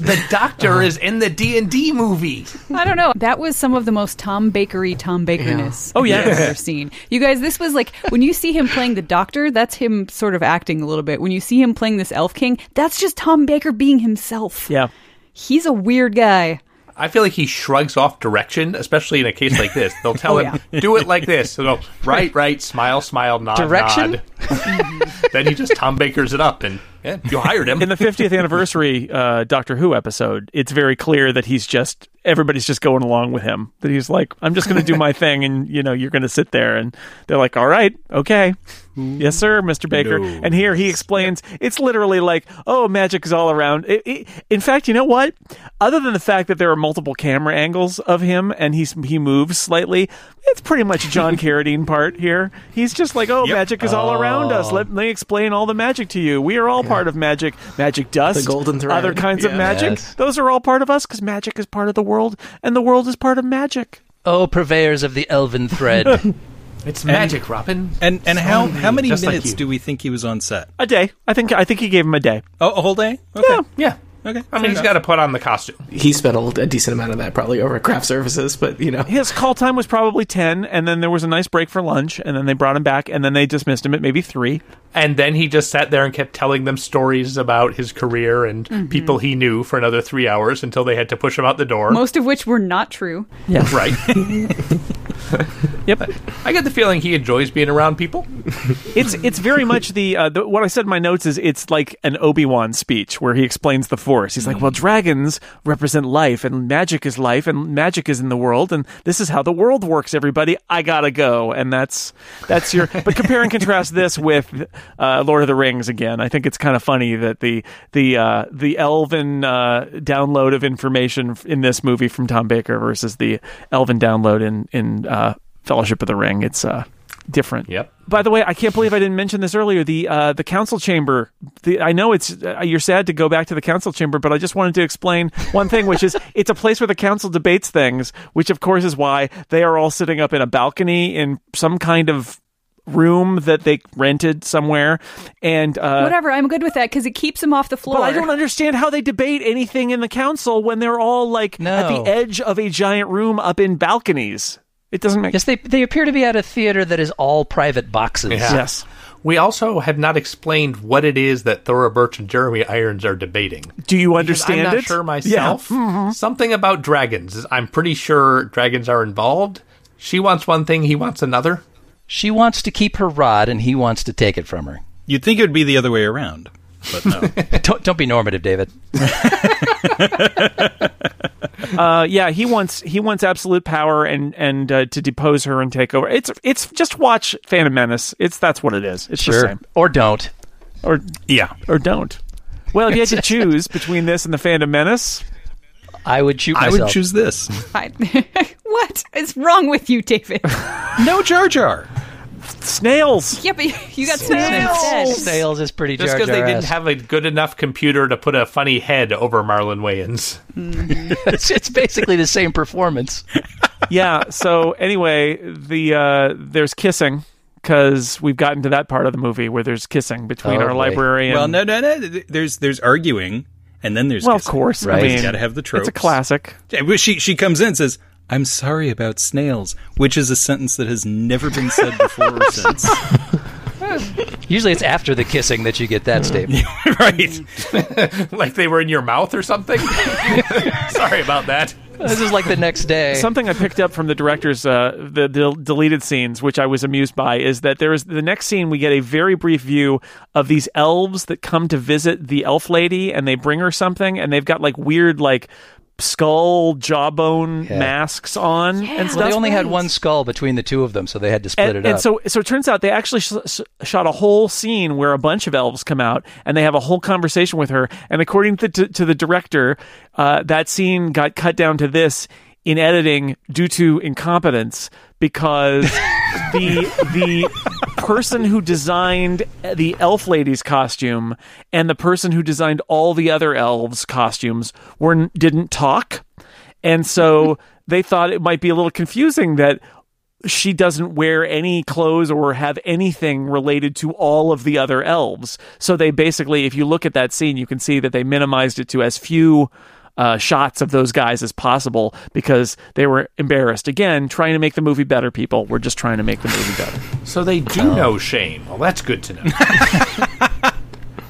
S7: The doctor
S9: Uh-huh.
S7: is in the D and D movie.
S8: I don't know. That was some of the most Tom Bakery Tom Bakerness.
S1: Oh, yeah.
S8: I've ever seen. You guys, this was like when you see him playing the Doctor, that's him sort of acting a little bit. When you see him playing this Elf King, that's just Tom Baker being himself.
S1: Yeah.
S8: he's a weird guy.
S7: I feel like he shrugs off direction, especially in a case like this. They'll tell him, "Do it like this." He'll go, "Right, right." Smile, smile, nod,
S10: Direction?
S7: nod. then he just Tom Baker's it up, and yeah, you hired him.
S1: In the 50th anniversary uh, Doctor Who episode, it's very clear that he's just everybody's just going along with him. That he's like, I'm just going to do my thing, and you know, you're going to sit there, and they're like, All right, okay, yes, sir, Mr. Baker. And here he explains, it's literally like, Oh, magic is all around. It, it, in fact, you know what? Other than the fact that there are multiple camera angles of him, and he's he moves slightly, it's pretty much a John Carradine part here. He's just like, Oh, magic is all around us. Let me explain all the magic to you. We are all part of magic. Magic does
S3: The golden thread.
S1: other kinds of
S3: Yeah.
S1: magic.
S10: Yes.
S1: Those are all part of us because magic is part of the world, and the world is part of magic.
S10: Oh, purveyors of the elven thread.
S7: it's magic, Robin.
S4: And and how how many
S7: Just like
S4: minutes
S7: you.
S4: do we think he was on set?
S1: A day. I think. I think he gave him a day.
S4: Oh, a whole day? Okay.
S1: Yeah.
S7: Yeah,
S4: Okay.
S7: I mean, he's got to put on the costume.
S3: He spent a, l- a decent amount of that probably over at craft services, but you know,
S1: His call time was probably 10, and then there was a nice break for lunch, and then they brought him back, and then they dismissed him at maybe 3.
S7: And then he just sat there and kept telling them stories about his career and
S9: Mm-hmm.
S7: people he knew for another three hours until they had to push him out the door.
S8: Most of which were not true.
S7: right.
S1: Yep.
S7: I get the feeling he enjoys being around people.
S1: It's it's very much the, uh, the what I said in my notes is it's like an Obi Wan speech where he explains the Force. He's like, well, dragons represent life, and magic is life, and magic is in the world, and this is how the world works. Everybody, I gotta go, and that's that's your. But compare and contrast this with uh, Lord of the Rings again. I think it's kind of funny that the the uh, the elven uh, download of information in this movie from Tom Baker versus the elven download in in uh, Fellowship of the Ring. It's uh, different.
S7: Yep.
S1: By the way, I can't believe I didn't mention this earlier. The uh, the council chamber. The, I know it's uh, you're sad to go back to the council chamber, but I just wanted to explain one thing, which is it's a place where the council debates things, which of course is why they are all sitting up in a balcony in some kind of room that they rented somewhere, and uh,
S8: Whatever, I'm good with that because it keeps him off the floor.
S1: but I don't understand how they debate anything in the council when they're all like at
S6: No.
S1: the edge of a giant room up in balconies. It doesn't make
S6: Yes, they they appear to be at a theater that is all private boxes.
S7: Yeah.
S1: Yes.
S7: We also have not explained what it is that Thora Birch and Jeremy Irons are debating.
S1: Do you
S7: Because
S1: understand
S7: I'm not
S1: it?
S7: sure myself.
S6: Mm-hmm.
S7: Something about dragons. I'm pretty sure dragons are involved. She wants one thing, he wants another.
S6: She wants to keep her rod, and he wants to take it from her.
S4: You'd think it would be the other way around, but no.
S6: don't don't be normative, David.
S1: Uh, yeah, he wants he wants absolute power and and uh, to depose her and take over. It's it's just watch Phantom Menace. It's that's what it is. It's the same.
S6: or don't.
S1: Or
S4: yeah.
S1: or don't. Well, if you had to choose between this and the Phantom Menace,
S6: I would shoot
S4: I
S6: myself.
S4: would choose this.
S8: I- what is wrong with you, David?
S4: No Jar Jar.
S1: snails.
S8: yeah, but you got snails. instead.
S6: Snails is pretty
S7: Just
S6: Jar
S7: because they
S6: Jar-esque.
S7: didn't have a good enough computer to put a funny head over Marlon Wayans.
S6: it's, it's basically the same performance.
S1: Yeah. So anyway, the uh, there's kissing because we've gotten to that part of the movie where there's kissing between
S6: Oh,
S1: our
S6: boy.
S1: librarian.
S4: Well, no, no, no. th- There's there's arguing, and then there's
S1: Well, of
S4: kissing.
S1: course.
S6: Right.
S1: I
S6: It's
S1: mean,
S4: gotta have the
S1: It's
S4: tropes.
S1: a classic.
S4: Yeah, well, She she comes in and says, "I'm sorry about snails," which is a sentence that has never been said before or since.
S6: Usually, it's after the kissing that you get that statement.
S4: right.
S7: like they were in your mouth or something. Sorry about that.
S6: this is like the next day.
S1: Something I picked up from the director's uh, the, the deleted scenes, which I was amused by, is that there is the next scene we get a very brief view of these elves that come to visit the elf lady, and they bring her something, and they've got like weird like skull jawbone masks on and
S6: well,
S1: stuff.
S6: they only had one skull between the two of them, so they had to split
S1: And,
S6: it up.
S1: and so, so it turns out they actually sh- sh- shot a whole scene where a bunch of elves come out and they have a whole conversation with her. And according to, to, to the director, uh, that scene got cut down to this in editing due to incompetence because the the person who designed the elf lady's costume and the person who designed all the other elves costumes were didn't talk and so they thought it might be a little confusing that she doesn't wear any clothes or have anything related to all of the other elves. So they basically, if you look at that scene, you can see that they minimized it to as few uh, shots of those guys as possible because they were embarrassed. Again, trying to make the movie better, people. We're just trying to make the movie better.
S7: So they do know shame. Well, that's good to know.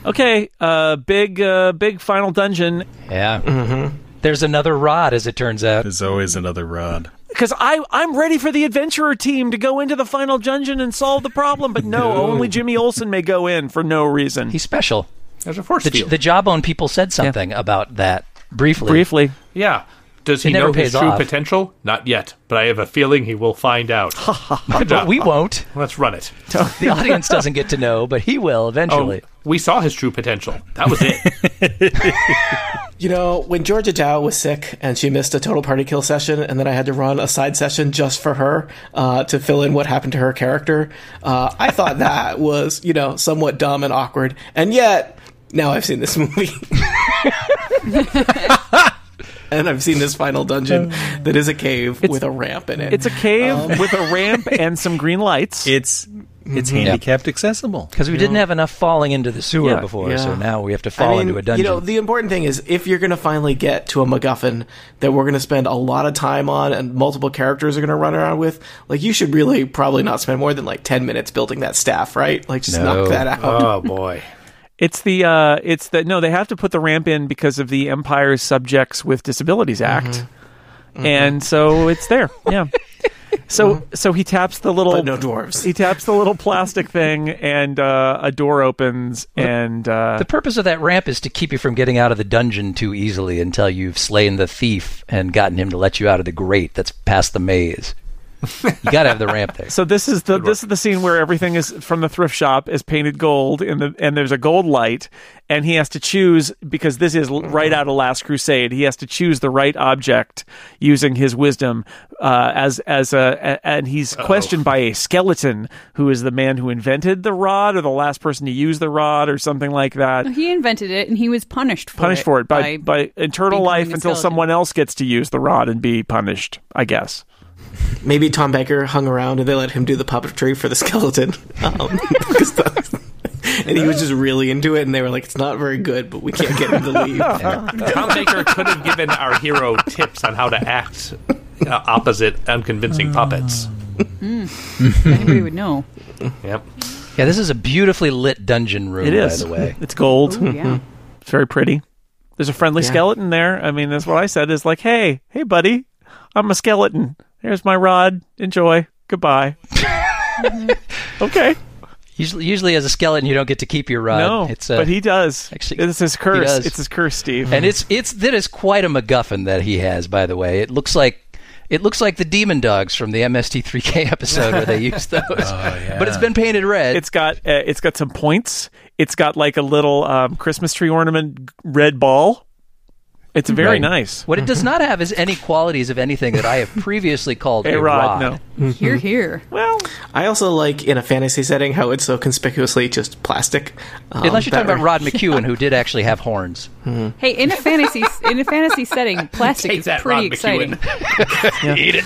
S1: Okay, uh, big, uh, big final dungeon.
S6: yeah.
S7: Mm-hmm.
S6: There's another rod, as it turns out.
S4: There's always another rod.
S1: Because I, I'm ready for the adventurer team to go into the final dungeon and solve the problem, but no, only Jimmy Olsen may go in for no reason.
S6: He's special.
S7: There's a force
S6: The,
S7: field.
S6: the jawbone people said something about that briefly.
S1: Briefly.
S7: yeah. Does
S6: It
S7: he
S6: never
S7: know his
S6: pays
S7: true
S6: off.
S7: potential? Not yet, but I have a feeling he will find out.
S6: But we won't.
S7: Let's run it.
S6: The audience doesn't get to know, but he will
S7: Oh,
S6: eventually.
S7: we saw his true potential. That was it.
S3: you know when Georgia Dow was sick and she missed a total party kill session, and then I had to run a side session just for her uh, to fill in what happened to her character. Uh, I thought that was you know somewhat dumb and awkward, and yet now I've seen this movie. And I've seen this final dungeon that is a cave with a ramp in it. Um,
S1: It's a cave with a ramp and some green lights.
S4: It's It's handicapped accessible.
S6: Because we didn't have enough falling into the sewer
S3: Yeah,
S6: before,
S3: yeah.
S6: so now we have to fall into a dungeon.
S3: You know, the important thing is if you're going to finally get to a MacGuffin that we're going to spend a lot of time on and multiple characters are going to run around with, like you should really probably not spend more than like ten minutes building that staff, right? Like just knock that out.
S6: Uh.
S7: Oh boy.
S1: It's the uh, it's the no. They have to put the ramp in because of the Empire's Subjects with Disabilities
S3: Mm-hmm.
S1: Act, and so it's there. Yeah. So so he taps the little
S3: Uh-huh. But no dwarves.
S1: He taps the little plastic thing, and uh, a door opens, and uh,
S6: the purpose of that ramp is to keep you from getting out of the dungeon too easily until you've slain the thief and gotten him to let you out of the grate that's past the maze. You gotta have the ramp there.
S1: so this is the this is the scene where everything is from the thrift shop is painted gold, and the and there's a gold light, and he has to choose because this is l- right
S6: Mm-hmm.
S1: out of Last Crusade. He has to choose the right object using his wisdom uh, as as a, a and he's questioned by a skeleton who is the man who invented the rod or the last person to use the rod or something like that.
S8: He invented it and he was punished for
S1: Punished
S8: it.
S1: for it by, by eternal
S8: becoming
S1: life
S8: a
S1: until
S8: skeleton.
S1: someone else gets to use the rod and be punished, I guess.
S3: Maybe Tom Baker hung around and they let him do the puppetry for the skeleton. Um, 'cause that- and he was just really into it, and they were like, "It's not very good, but we can't get him to leave."
S7: Tom Baker could have given our hero tips on how to act uh, opposite unconvincing puppets.
S8: Anybody would know.
S7: Yep.
S6: Yeah, this is a beautifully lit dungeon room,
S1: It is.
S6: by the way.
S1: It's gold.
S8: Yeah.
S1: It's very pretty. There's a friendly
S3: Yeah.
S1: skeleton there. I mean, that's what I said. Is like, hey, hey, buddy, I'm a skeleton. Here's my rod. Enjoy. Goodbye. okay.
S6: Usually, usually as a skeleton, you don't get to keep your rod.
S1: no,
S6: Uh, it's a,
S1: but he does.
S6: actually,
S1: it's his
S6: he
S1: curse.
S6: does.
S1: It's his curse, Steve.
S6: and it's it's that is quite a MacGuffin that he has. By the way, it looks like. It looks like the demon dogs from the MST3K episode where they use those,
S1: Oh,
S6: but it's been painted red.
S1: it's got uh, it's got some points. It's got like a little um, Christmas tree ornament g- red ball. It's very
S6: Right.
S1: nice.
S6: What it does not have is any qualities of anything that I have previously called
S1: A rod, no.
S8: Here, here.
S1: Well,
S3: I also like in a fantasy setting how it's so conspicuously just plastic. Um,
S6: Unless you're
S3: that
S6: talking about
S3: re-
S6: Rod McEwen, who did actually have horns.
S8: Hey, in a fantasy in a fantasy setting, plastic
S7: Take
S8: is
S7: that,
S8: pretty
S7: Rod
S8: exciting.
S7: McEwen. Eat it.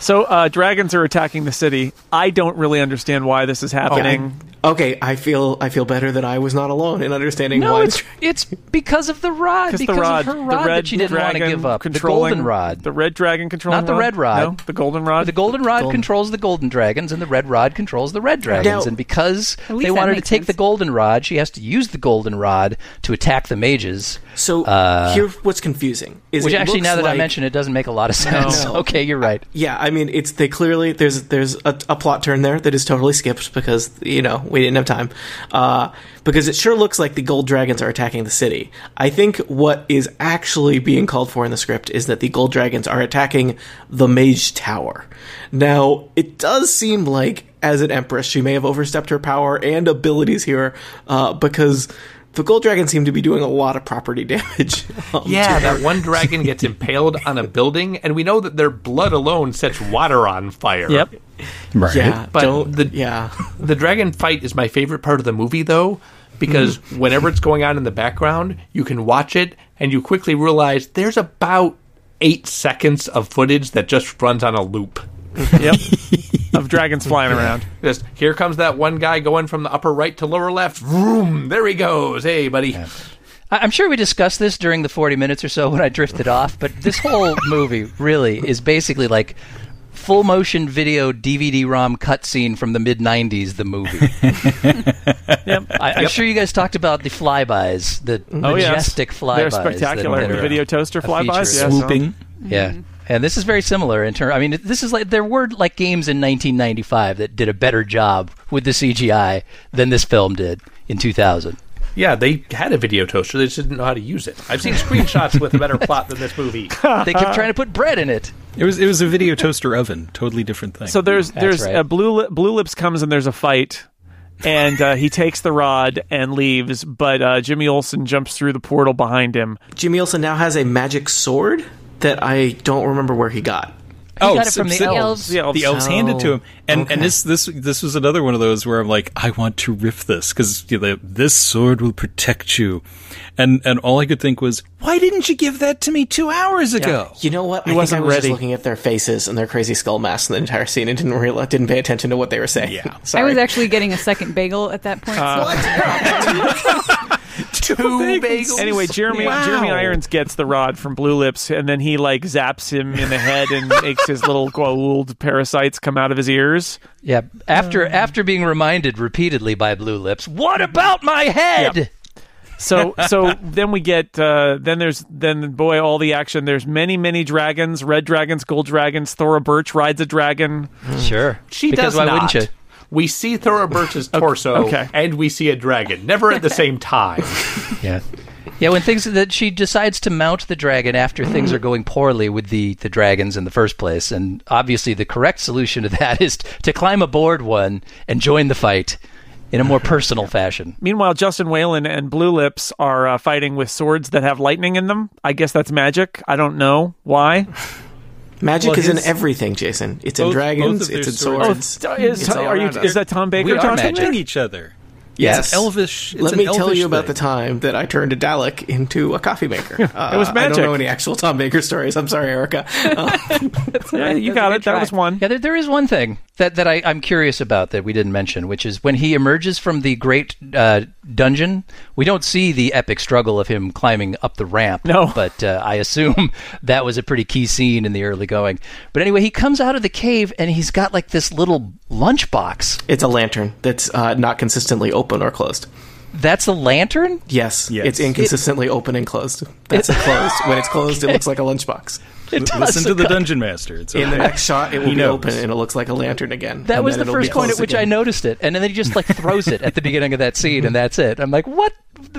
S1: so uh, dragons are attacking the city. I don't really understand why this is
S6: Oh,
S1: happening.
S3: Okay, I feel I feel better that I was not alone in understanding
S6: No,
S3: why.
S6: it's, it's because of the rod,
S1: 'Cause
S6: because
S1: the rod,
S6: of her rod
S1: the red
S6: that she didn't want
S1: dragon
S6: to give up. The
S1: controlling
S6: golden rod.
S1: the red dragon controlling,
S6: Not the red rod.
S1: no, the golden rod.
S6: the golden rod controls the golden dragons, and the red rod controls the red dragons.
S3: Now-
S6: and because
S8: least
S6: they
S8: that
S6: wanted to
S8: makes
S6: take the
S8: sense.
S6: golden rod, she has to use the golden rod to attack the mages. Uh,
S3: so here, what's confusing is
S6: Which
S3: it
S6: actually,
S3: looks
S6: now that I
S3: like-
S6: mention it, doesn't make a lot of sense.
S3: No.
S6: Okay, you're right.
S3: yeah, I mean, it's they clearly there's there's a, a plot turn there that is totally skipped because you know we didn't have time. Uh, because it sure looks like the gold dragons are attacking the city. I think what is actually being called for in the script is that the gold dragons are attacking the mage tower. Now it does seem like as an empress she may have overstepped her power and abilities here uh, because. The gold dragons seem to be doing a lot of property damage. um, to
S7: Yeah, that one dragon gets impaled on a building, and we know that their blood alone sets water on fire.
S1: Yep.
S4: Right.
S3: Yeah,
S7: But
S3: don't
S7: the-
S3: yeah.
S7: The dragon fight is my favorite part of the movie, though, because whenever it's going on in the background, you can watch it and you quickly realize there's about eight seconds of footage that just runs on a loop.
S1: yep, of dragons flying around.
S7: Just here comes that one guy going from the upper right to lower left. Vroom! There he goes. Hey, buddy.
S6: I- I'm sure we discussed this during the 40 minutes or so when I drifted off, but this whole movie really is basically like full motion video DVD ROM cutscene from the mid 90s, the movie. I, I'm sure you guys talked about the flybys, the
S1: Oh, yes.
S6: majestic flybys.
S1: Mm-hmm. They're
S6: that-
S1: spectacular.
S6: that
S1: The
S6: are
S1: video toaster
S6: a
S1: flybys,
S6: feature.
S1: yes. Mm-hmm.
S4: Swooping.
S6: Yeah. And this is very similar in terms. I mean, this is like there were like games in 1995 that did a better job with the CGI than this film did in 2000.
S7: Yeah, they had a video toaster. They just didn't know how to use it. I've seen screenshots with a better plot than this movie.
S6: They kept trying to put bread in it.
S4: It was it was a video toaster oven. Totally different thing.
S1: So there's there's
S6: right.
S1: a blue Li- blue lips comes and there's a fight, and uh, he takes the rod and leaves. But uh, Jimmy Olsen jumps through the portal behind him.
S3: Jimmy Olsen now has a magic sword that I don't remember where he got.
S4: oh,
S10: got it from the
S4: so-
S10: elves.
S1: The elves.
S4: The elves
S3: Oh,
S4: handed to him, and
S3: okay.
S4: and this this this was another one of those where I'm like, I want to riff this because you know, this sword will protect you, and and all I could think was, why didn't you give that to me two hours ago?
S3: You know what? I think
S7: wasn't
S3: I was
S7: ready.
S3: just looking at their faces and their crazy skull masks in the entire scene and didn't realize, didn't pay attention to what they were saying.
S4: Yeah.
S3: Sorry.
S8: I was actually getting a second bagel at that point. so-
S7: Two bagels.
S1: Anyway, Jeremy Jeremy Irons gets the rod from Blue Lips, and then he like zaps him in the head and makes his little gold parasites come out of his ears.
S6: Yeah,
S7: Um.
S6: after after being reminded repeatedly by Blue Lips, what about my head?
S1: So so then we get uh, then there's then boy all the action. There's many many dragons, red dragons, gold dragons. Thora Birch rides a dragon.
S6: Sure,
S7: She
S6: because
S7: does
S6: why
S7: not.
S6: wouldn't you?
S7: We see Thora Birch's torso,
S1: okay.
S7: and we see a dragon. Never at the same time.
S6: Yeah. Yeah, when things that she decides to mount the dragon after things are going poorly with the, the dragons in the first place, and obviously the correct solution to that is t- to climb aboard one and join the fight in a more personal fashion.
S1: Meanwhile, Justin Whalen and Blue Lips are uh, fighting with swords that have lightning in them. I guess that's magic. I don't know why.
S3: Magic
S4: Well,
S3: is in
S4: his-
S3: everything, Jason. It's in
S4: both- both
S3: dragons,
S4: of their
S3: it's in
S4: swords-
S3: swords.
S1: Oh, is,
S3: It's all
S1: are you,
S3: around us.
S1: is that Tom Baker
S6: We are
S1: talking?
S6: magic.
S4: They're each other.
S3: yes.
S4: Elvish. It's
S3: Let
S4: an
S3: me tell
S4: elvish
S3: you about the
S4: thing.
S3: time that I turned a Dalek into a coffee maker. Uh,
S1: was
S3: I
S1: magic.
S3: don't know any actual Tom Baker stories. I'm sorry, Erica. Uh,
S1: Yeah, you
S8: That's a
S1: got
S8: good
S1: it. That
S8: try.
S1: was one.
S6: Yeah, there, there is one thing that, that I, I'm curious about that we didn't mention, which is when he emerges from the great uh, dungeon, we don't see the epic struggle of him climbing up the ramp.
S1: No.
S6: But uh, I assume that was a pretty key scene in the early going. But anyway, he comes out of the cave and he's got like this little lunchbox.
S3: it's a lantern that's uh, not consistently open or closed.
S6: That's a lantern?
S3: Yes,
S4: Yes.
S3: it's inconsistently open and closed. That's a closed. When it's closed, it looks like a lunchbox.
S6: It does.
S4: Listen to the dungeon master. It's
S3: In the
S4: okay.
S3: next shot, it will be
S4: knows.
S3: open and it looks like a lantern again.
S6: That
S3: And
S6: was
S3: then
S6: the
S3: it'll be
S6: first point at
S3: closed
S6: which I
S3: again.
S6: noticed it, and then he just like throws it at the beginning of that scene, and that's it. I'm like, what?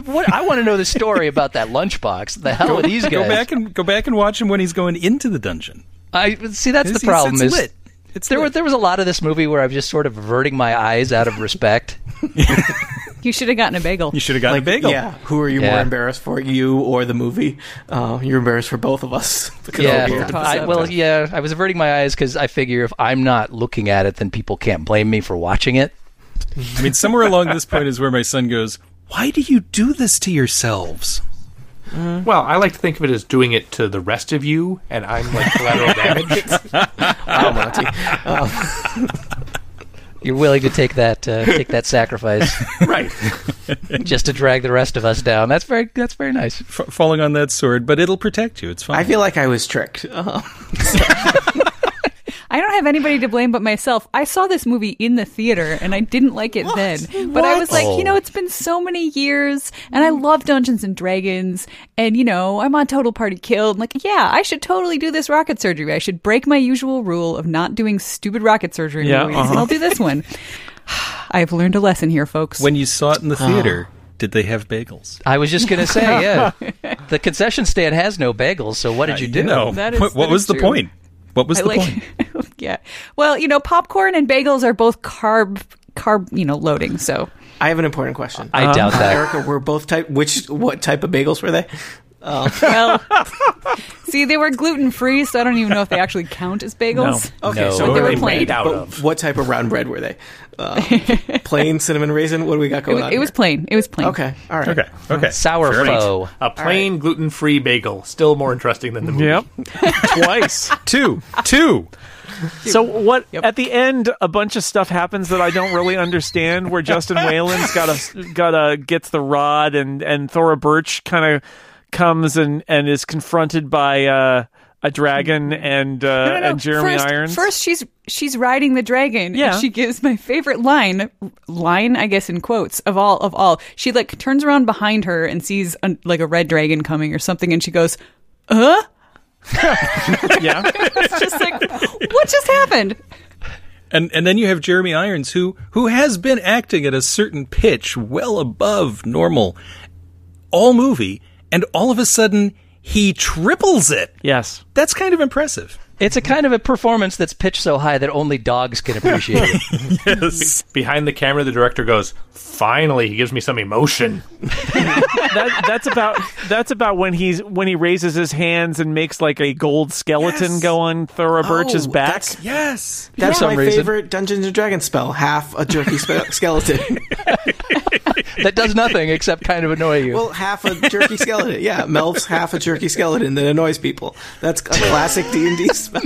S6: What? I want to know the story about that lunchbox. The hell are these guys?
S4: Go back and go back and watch him when he's going into the dungeon.
S6: I see. That's
S4: It's-
S6: the problem.
S4: it's
S6: is
S4: lit. It's
S6: there
S4: lit.
S6: was there was a lot of this movie where I was just sort of averting my eyes out of respect.
S8: you should have gotten a bagel.
S4: You should have gotten a bagel.
S3: Yeah, who are you
S6: Yeah.
S3: more embarrassed for, you or the movie? Uh, you're embarrassed for both of us. Because
S6: yeah.
S3: all we were
S6: I,
S3: upset
S6: well,
S3: about it.
S6: yeah. I was averting my eyes because I figure if I'm not looking at it, then people can't blame me for watching it.
S4: I mean, somewhere along this point is where my son goes. Why do you do this to yourselves?
S7: Well, I like to think of it as doing it to the rest of you, and I'm like collateral damage.
S3: Oh, Monty. Um,
S6: You're willing to take that uh, take that sacrifice
S7: right.
S6: just to drag the rest of us down. That's very that's very nice.
S4: F- falling on that sword, but it'll protect you. It's fine.
S3: I feel like I was tricked. Uh,
S8: I don't have anybody to blame but myself. I saw this movie in the theater and I didn't like it then. But I was like, you know, it's been so many years and I love Dungeons and Dragons and, you know, I'm on Total Party Kill. I'm like, yeah, I should totally do this rocket surgery. I should break my usual rule of not doing stupid rocket surgery
S1: Yeah,
S8: movies.
S1: uh-huh.
S8: I'll do this one. I've learned a lesson here, folks.
S4: when you saw it in the
S6: Uh-huh.
S4: theater, did they have bagels?
S6: I was just gonna say, yeah. The concession stand has no bagels, so what did you do?
S4: Uh, No.
S8: That is-
S4: what what
S8: that
S4: was
S8: is
S4: the
S8: true.
S4: point? What was
S8: I
S4: the
S8: like,
S4: point?
S8: yeah. Well, you know, popcorn and bagels are both carb, carb, you know, loading. So
S3: I have an important question.
S4: Uh-huh.
S6: I doubt
S3: Uh,
S6: that.
S3: Erica, we're both type. Which what type of bagels were they?
S8: Well, see, they were gluten free, so I don't even know if they actually count as bagels.
S3: Okay,
S6: No.
S3: so
S8: They were
S3: plain
S8: plain.
S3: bread,
S7: Out
S3: but
S7: of.
S3: What type of round bread were they? Uh, plain cinnamon raisin. What do we got
S8: It,
S3: going
S8: was,
S3: on?
S8: it was
S3: here?
S8: plain. It was plain.
S3: okay. All right.
S4: Okay. Okay.
S6: Sour
S4: Fair enough.
S6: foe.
S7: A plain gluten-free bagel, still more interesting than the movie.
S1: Yep, twice.
S4: Two. Two.
S1: So what? At the end, a bunch of stuff happens that I don't really understand. Where Justin Whalen's got a got a gets the rod, and and Thora Birch kind of comes and and is confronted by uh, a dragon and uh,
S8: No, no, no.
S1: and Jeremy
S8: first,
S1: Irons.
S8: First, she's she's riding the dragon. and
S1: Yeah.
S8: she gives my favorite line, line I guess in quotes of all of all. She like turns around behind her and sees a, like a red dragon coming or something, and she goes, "Uh."
S1: yeah,
S8: It's just like, what just happened?
S4: And and then you have Jeremy Irons who who has been acting at a certain pitch well above normal all movie and all of a sudden he triples it.
S1: yes.
S4: That's kind of impressive.
S6: It's a kind of a performance that's pitched so high that only dogs can appreciate it.
S4: yes.
S7: Behind the camera, the director goes, "Finally, he gives me some emotion."
S1: That, that's about that's about when he's when he raises his hands and makes like a gold skeleton
S3: Yes.
S1: go on Thora Birch's
S3: Oh,
S1: back.
S3: that's-
S4: Yes.
S3: That's my
S6: some reason.
S3: favorite Dungeons and Dragons spell: half a jerky spe- skeleton.
S6: that does nothing except kind of annoy you.
S3: well, half a jerky skeleton. Yeah, Melv's half a jerky skeleton that annoys people. That's a classic D and D spell.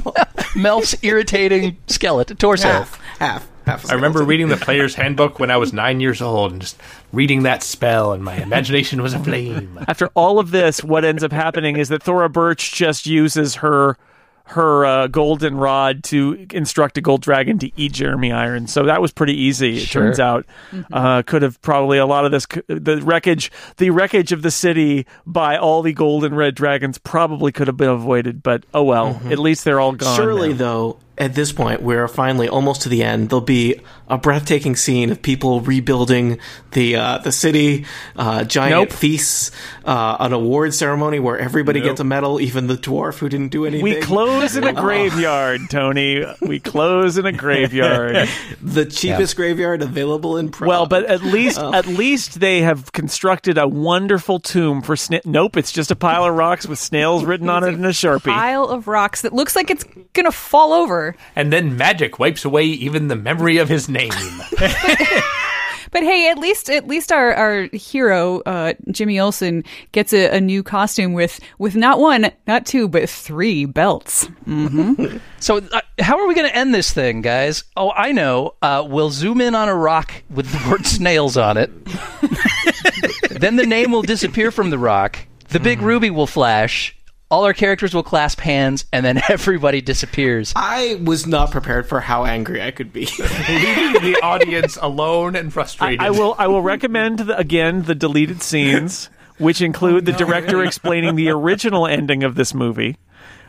S6: Melf's irritating skeleton torso.
S3: Half, half, half. a
S7: I remember
S3: skeleton.
S7: reading the player's handbook when I was nine years old, and just reading that spell, and my imagination was aflame.
S1: After all of this, what ends up happening is that Thora Birch just uses her her uh, golden rod to instruct a gold dragon to eat Jeremy Irons. So that was pretty easy. It
S6: Sure.
S1: turns out uh, could have probably a lot of this c- the wreckage the wreckage of the city by all the gold and red dragons probably could have been avoided. But oh well, at least they're all gone.
S3: Mm-hmm. Surely,
S1: now.
S3: though, at this point, we're finally almost to the end. There'll be a breathtaking scene of people rebuilding the uh, the city, uh, giant
S1: Nope.
S3: feasts, uh, an award ceremony where everybody gets a medal, even the dwarf who didn't do anything.
S1: We close in a graveyard, Tony. We close in a graveyard.
S3: the cheapest graveyard available in Prague.
S1: Well, but at least at least they have constructed a wonderful tomb for Sna- Nope, it's just a pile of rocks with snails written on it in a sharpie.
S8: Pile of rocks that looks like it's gonna fall over.
S7: And then magic wipes away even the memory of his name.
S8: But hey, at least at least our our hero uh, Jimmy Olsen gets a, a new costume with with not one, not two, but three belts.
S6: So, uh, how are we going to end this thing, guys? Oh, I know. Uh, we'll zoom in on a rock with the word snails on it. then the name will disappear from the rock. The
S8: Hmm.
S6: big ruby will flash. All our characters will clasp hands, and then everybody disappears.
S8: Uh,
S3: I was not prepared for how angry I could be.
S7: leaving the audience alone and frustrated.
S1: I will I will recommend the, again the deleted scenes, which include the director explaining the original ending of this movie.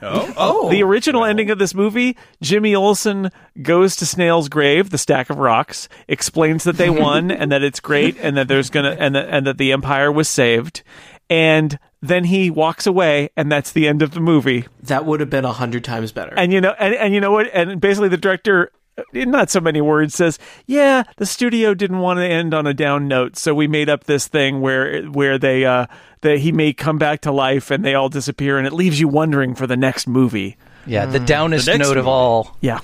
S4: Oh, oh.
S1: The original ending of this movie, Jimmy Olsen goes to Snail's grave, the stack of rocks, explains that they won and that it's great and that there's gonna and that, and that the empire was saved, and then he walks away, and that's the end of the movie.
S3: that would have been a hundred times better.
S1: and you know and, and you know what and basically the director in not so many words says yeah the studio didn't want to end on a down note so we made up this thing where where they uh that he may come back to life and they all disappear and it leaves you wondering for the next movie
S6: Yeah,
S8: hmm.
S6: the downest
S4: The
S6: note
S4: next
S6: of
S4: one.
S6: all.
S1: yeah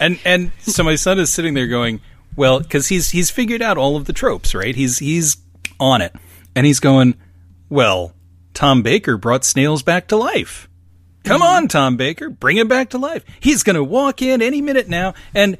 S4: and and so my son is sitting there going, well, because he's he's figured out all of the tropes, right? He's he's on it, and he's going, well, Tom Baker brought snails back to life. Come on, Tom Baker, bring him back to life. He's going to walk in any minute now, and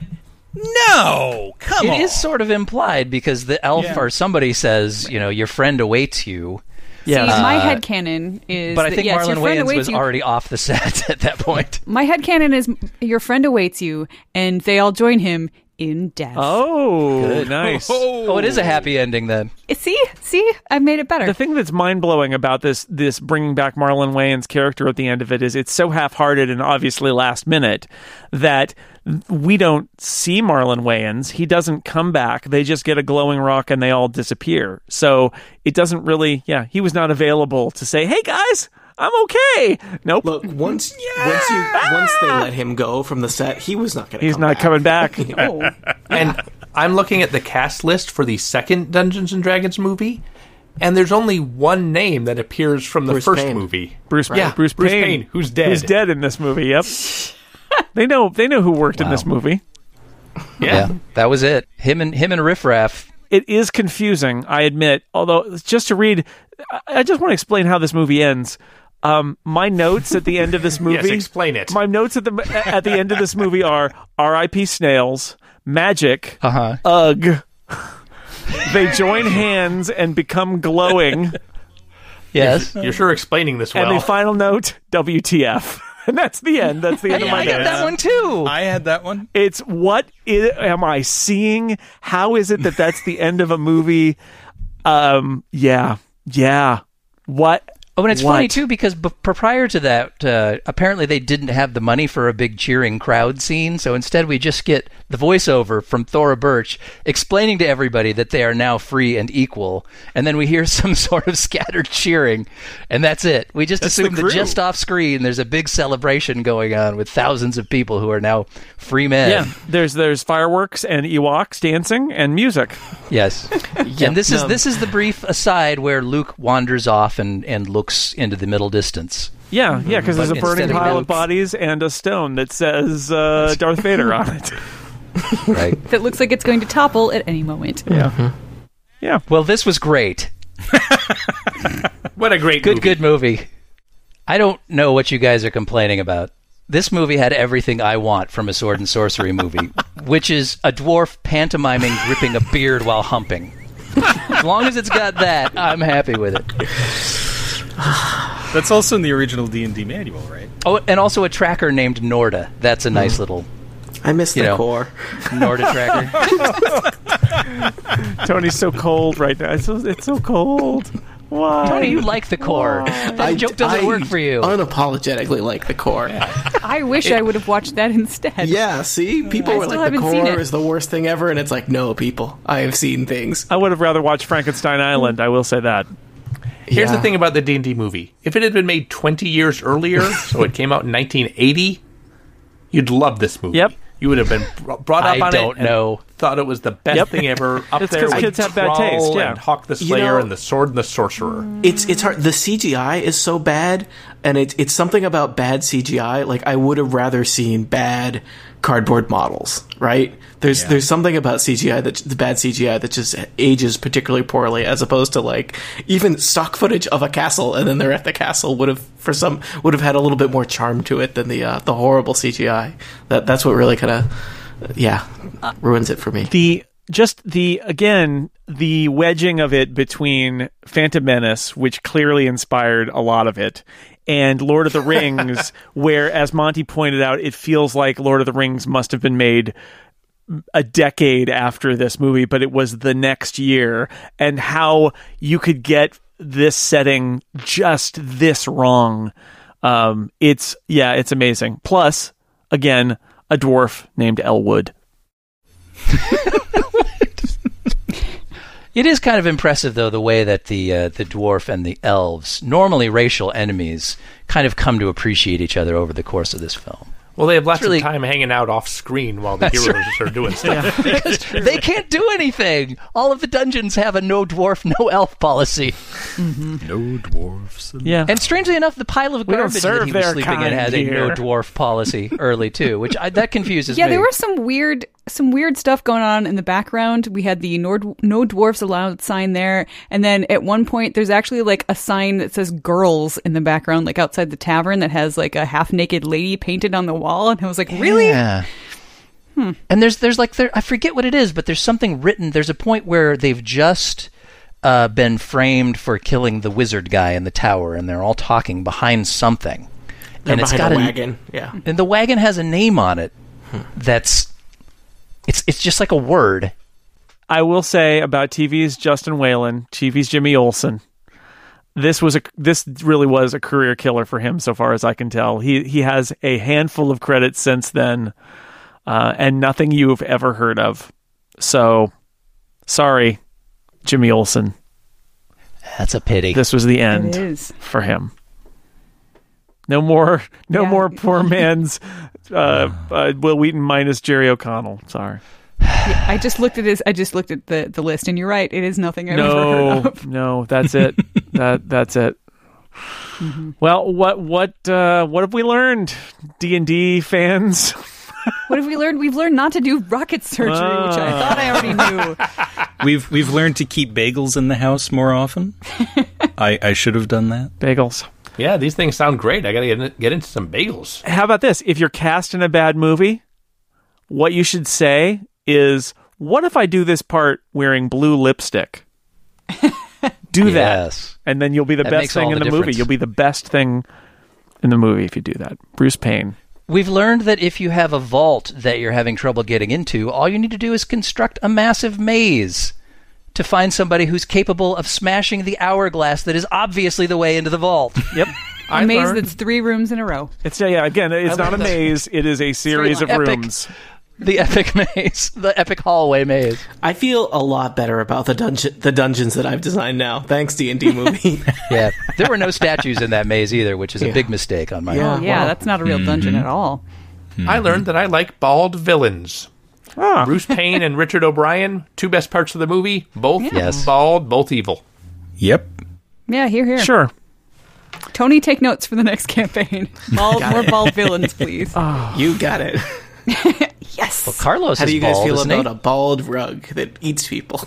S4: no, come
S6: It
S4: on,
S6: is sort of implied because the elf
S4: Yeah.
S6: or somebody says, you know, your friend awaits you.
S8: Yeah, See, my head headcanon is.
S6: Uh, But I
S8: that,
S6: think
S8: yes, your
S6: Marlon
S8: friend
S6: Wayans
S8: awaits
S6: was
S8: you.
S6: already off the set at that point.
S8: My headcanon is your friend awaits you, and they all join him in death.
S1: oh nice
S6: Oh, it is a happy ending then.
S8: Eh, See, see, I've made it better.
S1: The thing that's mind blowing about this this bringing back Marlon Wayans character at the end of it is it's so half hearted and obviously last minute that we don't see Marlon Wayans. He doesn't come back. They just get a glowing rock and they all disappear. So it doesn't really. Yeah, he was not available to say, "Hey guys, I'm okay." Nope,
S3: Look, once once you once they let him go from the set, he was not going to.
S1: he's not coming back.
S8: oh,
S7: and I'm looking at the cast list for the second Dungeons and Dragons movie, and there's only one name that appears from the
S3: Bruce
S7: first
S3: Payne.
S7: movie.
S1: Bruce,
S7: Yeah,
S1: Bruce,
S7: Bruce
S1: Payne,
S7: Payne, who's dead.
S1: who's dead in this movie. Yep. they know. They know who worked in this movie.
S7: Yeah.
S6: that was it. Him and him and Riff Raff.
S1: it is confusing, I admit. Although, just to read, I- I just want to explain how this movie ends. Um, my notes at the end of this movie.
S7: explain it.
S1: My notes at the at the end of this movie are R.I.P. Snails, Magic,
S6: Uh-huh.
S1: Ugh. they join hands and become glowing.
S6: Yes.
S7: You're sure explaining this well.
S1: And the final note, WTF. And that's the end. That's the end of my
S6: I
S1: notes.
S6: got that one too.
S4: I had that one.
S1: It's what i- am I seeing? How is it that that's the end of a movie? Um, yeah, yeah. What
S6: Oh, and it's
S1: What?
S6: funny too because b- prior to that, uh, apparently they didn't have the money for a big cheering crowd scene, so instead we just get the voiceover from Thora Birch explaining to everybody that they are now free and equal, and then we hear some sort of scattered cheering, and that's it. We just
S4: That's the
S6: assume that
S4: crew.
S6: just off screen there's a big celebration going on with thousands of people who are now free men.
S1: Yeah, there's there's fireworks and Ewoks dancing and music.
S6: Yes. And this is
S3: no.
S6: this is the brief aside where Luke wanders off and, and looks into the middle distance.
S1: Yeah, yeah, because there's a
S6: Mm-hmm. But
S1: burning
S6: instead of
S1: pile of
S6: milk.
S1: bodies and a stone that says uh, Darth Vader on it.
S6: Right.
S8: That looks like it's going to topple at any moment.
S1: Yeah,
S6: Well, this was great.
S7: What a great
S6: Good,
S7: movie.
S6: good movie. I don't know what you guys are complaining about. This movie had everything I want from a sword and sorcery movie, which is a dwarf pantomiming gripping a beard while humping. As long as it's got that, I'm happy with it.
S4: That's also in the original D and D manual, right?
S6: Oh, and also a tracker named Norda. That's a
S3: Hmm.
S6: nice little
S3: I miss
S6: You
S3: the
S6: know.
S3: core.
S6: Norda tracker.
S1: Tony's so cold right now. It's so, it's so cold. Why?
S6: Tony, you like the core. That
S3: I-
S6: joke doesn't
S3: I
S6: work for you.
S3: Unapologetically, like the core. Yeah,
S8: I wish I would have watched that instead.
S3: see, people
S8: I
S3: were
S8: still
S3: like, the
S8: haven't seen
S3: core
S8: it.
S3: is the worst thing ever, and it's like, no, people, I have seen things.
S1: I would have rather watched Frankenstein Island. I will say that.
S7: Here's
S3: Yeah.
S7: the thing about the D&D movie. If it had been made 20 years earlier, so it came out in 1980, you'd love this movie.
S1: Yep.
S7: You would have been br- brought up
S6: I
S7: on it
S6: don't
S7: and
S6: know.
S7: thought it was the best
S1: Yep.
S7: thing ever. Up
S1: It's
S7: there
S1: 'cause
S7: with
S1: kids have bad
S7: Thrall
S1: taste, yeah.
S7: and Hawk the
S3: You
S7: Slayer
S3: know- Mm.
S7: and the Sword and the Sorcerer.
S3: It's it's hard. The CGI is so bad, and it's it's something about bad CGI. Like I would have rather seen bad cardboard models, right? There's there's something about CGI that the bad CGI that just ages particularly poorly, as opposed to like even stock footage of a castle, and then they're at the castle would have for some would have had a little bit more charm to it than the uh, the horrible CGI. That that's what really kind of yeah
S6: Uh,
S3: ruins it for me.
S1: the just the again the wedging of it between Phantom Menace, which clearly inspired a lot of it, and Lord of the Rings, where, as Monty pointed out, it feels like Lord of the Rings must have been made a decade after this movie, but it was the next year, and how you could get this setting just this wrong. Um, it's yeah, it's amazing. Plus, again, a dwarf named Elwood.
S6: It is kind of impressive, though, the way that the uh, the dwarf and the elves, normally racial enemies, kind of come to appreciate each other over the course of this film.
S7: Well, they have lots
S6: really-
S7: of time hanging out off screen while the heroes are doing stuff.
S6: Because they can't do anything. All of the dungeons have a no dwarf, no elf policy.
S4: No dwarfs.
S1: Yeah,
S6: And strangely enough, the pile of
S1: We don't
S6: garbage that
S1: serve
S6: he was
S1: their
S6: sleeping in
S1: kind
S6: had a no
S1: here.
S6: dwarf policy early too, which I, that confuses
S8: Yeah,
S6: me.
S8: there was some weird, some weird stuff going on in the background. We had the Nord, "No Dwarfs Allowed" sign there, and then at one point, there's actually like a sign that says "Girls" in the background, like outside the tavern, that has like a half-naked lady painted on the wall, and I was like, "Really?
S6: Yeah.
S3: Hmm.
S6: And there's there's like there I forget what it is, but there's something written. There's a point where they've just uh, been framed for killing the wizard guy in the tower, and they're all talking behind something,
S3: They're
S6: and it's
S3: behind
S6: got
S3: a wagon. Hmm. yeah.
S6: and the wagon has a name on it. That's it's it's just like a word.
S1: I will say about TV's Justin Whalen, TV's Jimmy Olsen. This was a this really was a career killer for him, so far as I can tell. He he has a handful of credits since then, uh, and nothing you've ever heard of. So, sorry, Jimmy Olsen.
S6: That's a pity.
S1: This was the
S8: It
S1: end
S8: is."
S1: for him. No more, no
S8: Yeah.
S1: more poor man's uh, uh, Will Wheaton minus Jerry O'Connell. Sorry,
S8: I just looked at his. I just looked at the the list, and you're right. It is nothing I've ever
S1: no,
S8: heard of.
S1: no, that's it. that that's it.
S8: Mm-hmm.
S1: Well, what what uh, what have we learned, D and D fans?
S8: What have we learned? We've learned not to do rocket surgery, which I thought I already
S1: Ah.
S8: knew.
S4: We've we've learned to keep bagels in the house more often. I, I should have done that.
S1: Bagels.
S7: yeah, these things sound great. I got to get, in- get into some bagels.
S1: How about this? If you're cast in a bad movie, what you should say is, "What if I do this part wearing blue lipstick?" do that,
S6: yes.
S1: and then you'll be the
S6: That
S1: best
S6: makes all
S1: thing in the
S6: the
S1: movie.
S6: difference.
S1: You'll be the best thing in the movie if you do that. Bruce Payne.
S6: We've learned that if you have a vault that you're having trouble getting into, all you need to do is construct a massive maze. to find somebody who's capable of smashing the hourglass that is obviously the way into the vault.
S1: Yep.
S8: A maze that's three rooms in a row.
S1: It's yeah, yeah. Again, it's not a maze. It is a series of
S6: Epic.
S1: rooms.
S6: The epic maze, the epic hallway maze.
S3: I feel a lot better about the dungeon, the dungeons that I've designed now. Thanks D and D movie.
S6: Yeah, there were no statues in that maze either, which is a big mistake on my
S3: Yeah.
S6: part.
S8: Oh, yeah, that's not a
S1: Mm-hmm.
S8: real dungeon at all.
S7: I learned that I like bald villains. Bruce Payne and Richard O'Brien, two best parts of the movie, both
S6: Yes.
S7: bald, both evil.
S4: Yep.
S8: Yeah, here, here.
S1: Sure.
S8: Tony, take notes for the next campaign. Bald, more bald villains, please.
S3: you got it.
S6: Well, Carlos
S3: How
S6: is
S3: do you guys
S6: bald,
S3: feel
S6: isn't
S3: about
S6: he?
S3: a bald rug that eats people?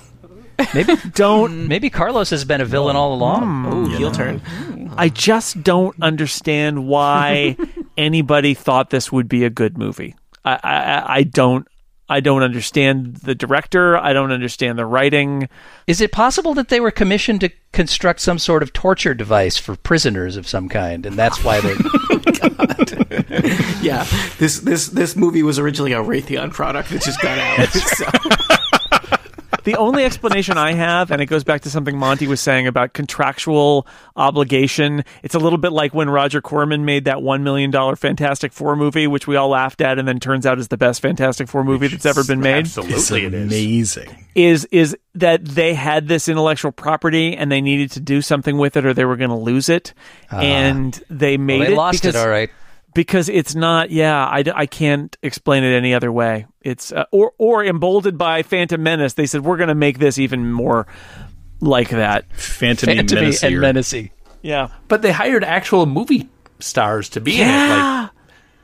S6: Maybe
S1: Don't
S6: maybe Carlos has been a villain all along.
S3: Ooh, heel turn.
S1: I just don't understand why anybody thought this would be a good movie. I, I, I- I don't. I don't understand the director. I don't understand the writing.
S6: Is it possible that they were commissioned to construct some sort of torture device for prisoners of some kind, and that's why they?
S3: Yeah, this this this movie was originally a Raytheon product that just got out. So,
S1: The only explanation I have, and it goes back to something Monty was saying about contractual obligation, it's a little bit like when Roger Corman made that $1 million Fantastic Four movie, which we all laughed at and then turns out is the best Fantastic Four movie that's ever been made.
S7: Absolutely, it is.
S4: amazing.
S1: is is that they had this intellectual property and they needed to do something with it or they were going to lose it and they made
S6: they
S1: it
S6: lost
S1: because,
S6: it, all right.
S1: because it's not yeah I, d- I can't explain it any other way it's uh, or or emboldened by phantom menace they said we're going to make this even more like that
S4: Phantom and
S6: Phantomy
S4: Menace.
S6: and menacy.
S1: yeah
S7: But they hired actual movie stars to be in it. Like,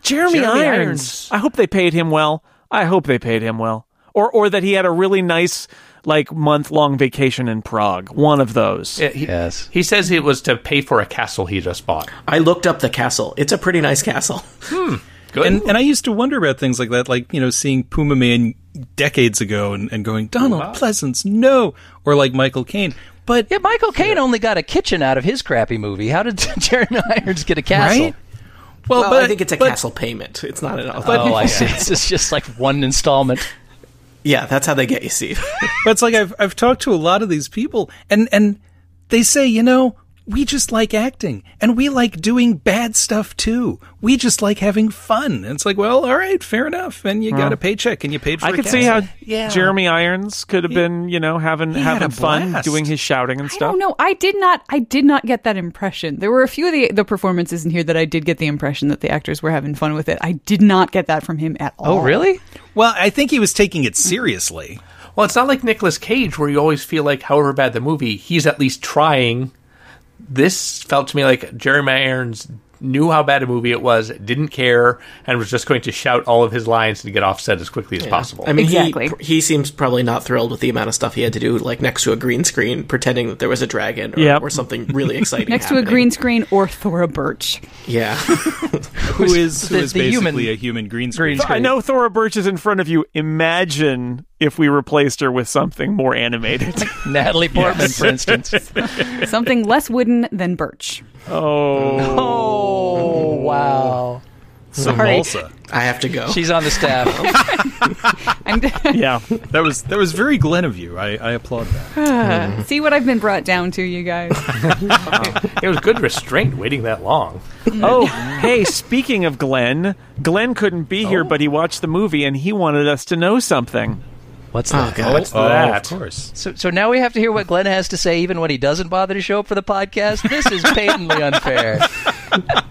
S1: jeremy,
S7: Jeremy
S1: irons.
S7: Irons.
S1: i hope they paid him well i hope they paid him well or or that he had a really nice like month long vacation in prague one of those
S7: yeah, he,
S6: Yes.
S7: he says it was to pay for a castle he just bought.
S3: I looked up the castle. It's a pretty nice castle.
S7: Good.
S4: And and I used to wonder about things like that, like you know, seeing Puma Man decades ago and, and going Donald Pleasance, no, or like Michael Caine. But
S6: Yeah, Michael Caine only got a kitchen out of his crappy movie. How did Jeremy Irons get a castle?
S4: Right? well,
S3: Well,
S4: but
S3: I think it's a
S4: but-
S3: castle payment. It's not an.
S6: Oh, I see. This is just like one installment.
S3: yeah, that's how they get you, Steve.
S4: But it's like I've I've talked to a lot of these people, and and they say, you know, we just like acting, and we like doing bad stuff too. We just like having fun. And it's like, well, all right, fair enough. And you got a paycheck, and you paid for.
S1: I
S4: a
S1: could see how
S4: castle.
S1: Jeremy Irons could have been, you know, having
S4: had
S1: having
S4: a
S1: fun
S4: blast.
S1: doing his shouting and
S8: I
S1: stuff.
S8: don't know. I did not. I did not get that impression. There were a few of the the performances in here that I did get the impression that the actors were having fun with it. I did not get that from him at all.
S6: Oh, really?
S4: Well, I think he was taking it seriously.
S7: Well, it's not like Nicolas Cage, where you always feel like, however bad the movie, he's at least trying. This felt to me like Jeremy Irons knew how bad a movie it was, didn't care, and was just going to shout all of his lines and get offset as quickly as possible.
S3: I mean,
S8: Exactly.
S3: he, he seems probably not thrilled with the amount of stuff he had to do, like next to a green screen, pretending that there was a dragon or,
S1: Yep.
S3: or something really exciting.
S8: Next to a
S3: happening.
S8: green screen or Thora Birch.
S3: Yeah.
S4: Who is who
S6: the-
S4: is
S6: the
S4: basically
S6: human-
S4: a human green screen?
S1: I know Thora Birch is in front of you. Imagine if we replaced her with something more animated.
S6: Natalie Portman, for instance.
S8: Something less wooden than Birch.
S1: oh,
S6: Oh, wow.
S4: So
S8: Sorry.
S4: Malsa.
S3: I have to go.
S6: She's on the staff.
S8: I'm,
S1: yeah.
S4: That was that was very Glenn of you. I, I applaud that.
S8: see what I've been brought down to, you guys.
S7: it was good restraint waiting that long.
S1: Oh, hey, speaking of Glenn, Glenn couldn't be here, but he watched the movie and he wanted us to know something.
S6: What's that?
S7: Oh, What's
S4: Oh, of
S7: that?
S4: course.
S6: So, so now we have to hear what Glenn has to say, even when he doesn't bother to show up for the podcast. This is patently unfair.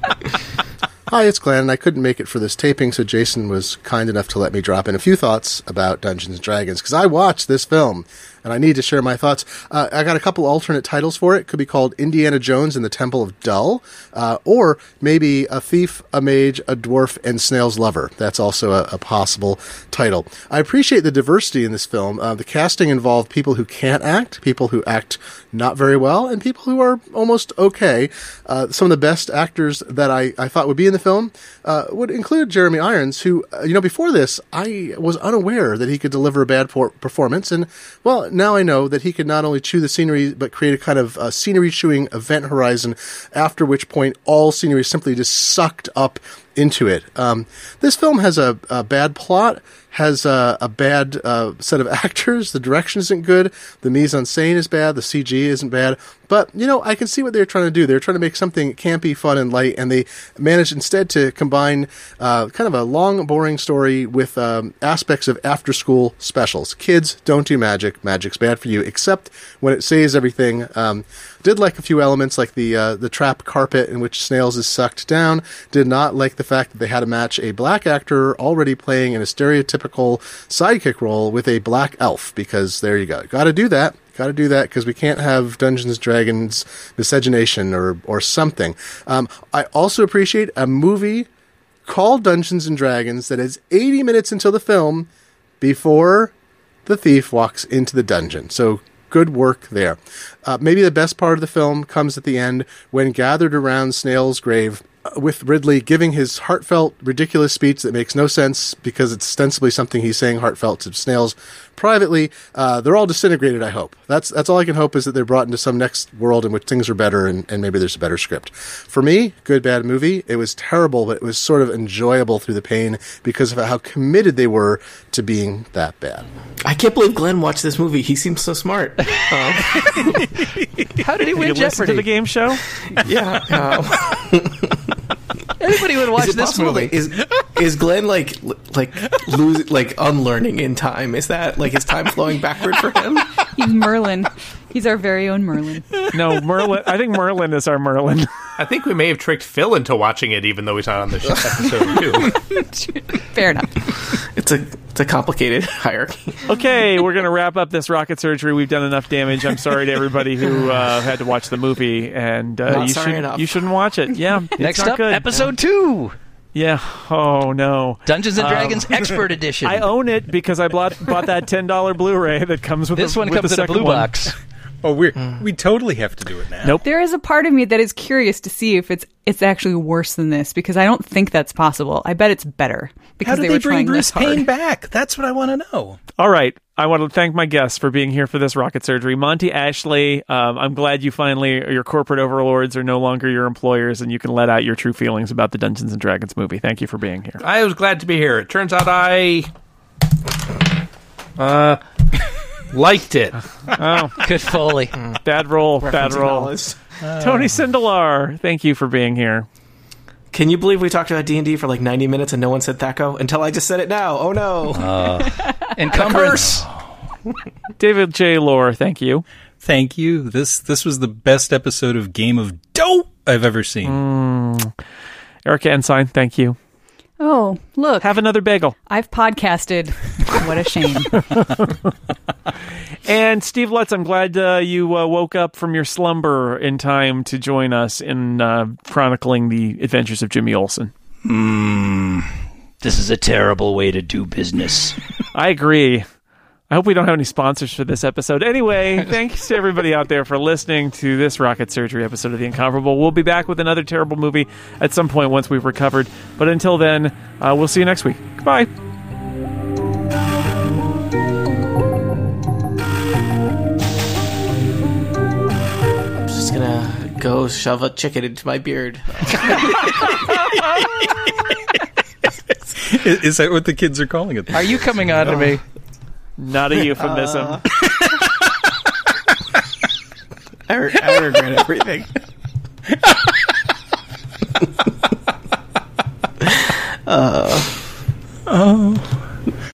S9: Hi, it's Glenn. I couldn't make it for this taping, so Jason was kind enough to let me drop in a few thoughts about Dungeons and Dragons because I watched this film and I need to share my thoughts. Uh, I got a couple alternate titles for it. Could be called Indiana Jones and the Temple of Dull, uh, or maybe A Thief, a Mage, a Dwarf, and Snail's Lover. That's also a, a possible title. I appreciate the diversity in this film. Uh, the casting involved people who can't act, people who act not very well, and people who are almost okay. Uh, some of the best actors that I, I thought would be in the film uh, would include Jeremy Irons, who, uh, you know, before this, I was unaware that he could deliver a bad por- performance. And, well, now I know that he could not only chew the scenery, but create a kind of uh, scenery chewing event horizon, after which point all scenery is simply just sucked up into it. Um, this film has a, a bad plot. has uh, a bad uh, set of actors. The direction isn't good. The mise en scène is bad. The CG isn't bad. But you know, I can see what they're trying to do. They're trying to make something campy, fun, and light, and they managed instead to combine uh, kind of a long, boring story with um, aspects of after-school specials. Kids don't do magic. Magic's bad for you, except when it saves everything. Um, did like a few elements, like the uh, the trap carpet in which snails is sucked down. Did not like the fact that they had to match a black actor already playing in a stereotypical sidekick role with a black elf, because there you go, got to do that. Got to do that because we can't have Dungeons Dragons miscegenation or or something. Um, I also appreciate a movie called Dungeons and Dragons that is 80 minutes until the film before the thief walks into the dungeon. So good work there. Uh, maybe the best part of the film comes at the end when gathered around Snail's grave uh, with Ridley giving his heartfelt, ridiculous speech that makes no sense because it's ostensibly something he's saying heartfelt to snails privately. Uh, they're all disintegrated. I hope that's that's all I can hope is that they're brought into some next world in which things are better and, and maybe there's a better script. For me, good bad movie. It was terrible, but it was sort of enjoyable through the pain because of how committed they were to being that bad.
S3: I can't believe Glenn watched this movie. He seems so smart. Uh,
S6: How did he
S1: You
S6: win
S1: listen
S6: Jeopardy?
S1: to the game show?
S3: yeah. uh,
S6: Everybody would watch
S3: is it
S6: this
S3: possible?
S6: movie.
S3: Like, is is Glenn like l- like lose like unlearning in time? Is that like is time flowing backward for him?
S8: He's Merlin. He's our very own Merlin.
S1: No, Merlin. I think Merlin is our Merlin.
S7: I think we may have tricked Phil into watching it, even though he's not on this episode too.
S8: Fair enough.
S3: It's a it's a complicated hierarchy.
S1: Okay, we're gonna wrap up this rocket surgery. We've done enough damage. I'm sorry to everybody who uh, had to watch the movie, and uh, you
S3: Not sorry
S1: should
S3: enough.
S1: you shouldn't watch it. Yeah, it's
S6: Next
S1: not
S6: up,
S1: good.
S6: episode two,
S1: Yeah. Oh no.
S6: Dungeons and
S1: Um,
S6: Dragons Expert Edition.
S1: I own it because I bought, bought that ten dollar Blu-ray that comes with
S6: this
S1: the,
S6: one
S1: with
S6: comes
S1: the
S6: in a
S1: second
S6: blue
S1: one.
S6: box.
S4: Oh, we
S8: Hmm.
S4: are we totally have to do it now.
S1: Nope.
S8: There is a part of me that is curious to see if it's it's actually worse than this because I don't think that's possible. I bet it's better because
S4: How did
S8: they
S4: they,
S8: were
S4: bring
S8: trying
S4: Bruce
S8: this hard.
S4: Payne back? That's what I want to know.
S1: All right. I want to thank my guests for being here for this rocket surgery. Monty Ashley, um, I'm glad you finally, your corporate overlords are no longer your employers and you can let out your true feelings about the Dungeons and Dragons movie. Thank you for being here.
S7: I was glad to be here. It turns out I uh, liked it.
S6: Good Foley.
S1: Bad roll, bad
S3: Referencing
S1: roll. Uh,
S3: Alice.
S1: Tony Sindelar, thank you for being here.
S3: Can you believe we talked about D and D for like ninety minutes and no one said Thaco until I just said it now? Oh no!
S6: Encumbrance.
S1: David J. Lore, thank you.
S4: Thank you. This this was the best episode of Game of Dope I've ever seen.
S8: Hmm.
S1: Erica Ensign, thank you.
S8: Oh, look.
S1: Have another bagel.
S8: I've podcasted. What a shame.
S1: And Steve Lutz, I'm glad uh, you uh, woke up from your slumber in time to join us in uh, chronicling the adventures of Jimmy Olsen.
S10: This is a terrible way to do business.
S1: I agree. I hope we don't have any sponsors for this episode. Anyway, thanks to everybody out there for listening to this rocket surgery episode of The Incomparable. We'll be back with another terrible movie at some point once we've recovered. But until then, uh, we'll see you next week. Goodbye.
S3: I'm just gonna go shove a chicken into my beard.
S4: Is, is that what the kids are calling it?
S6: Are you coming on to me?
S1: Not a euphemism.
S3: I, re- I regret everything.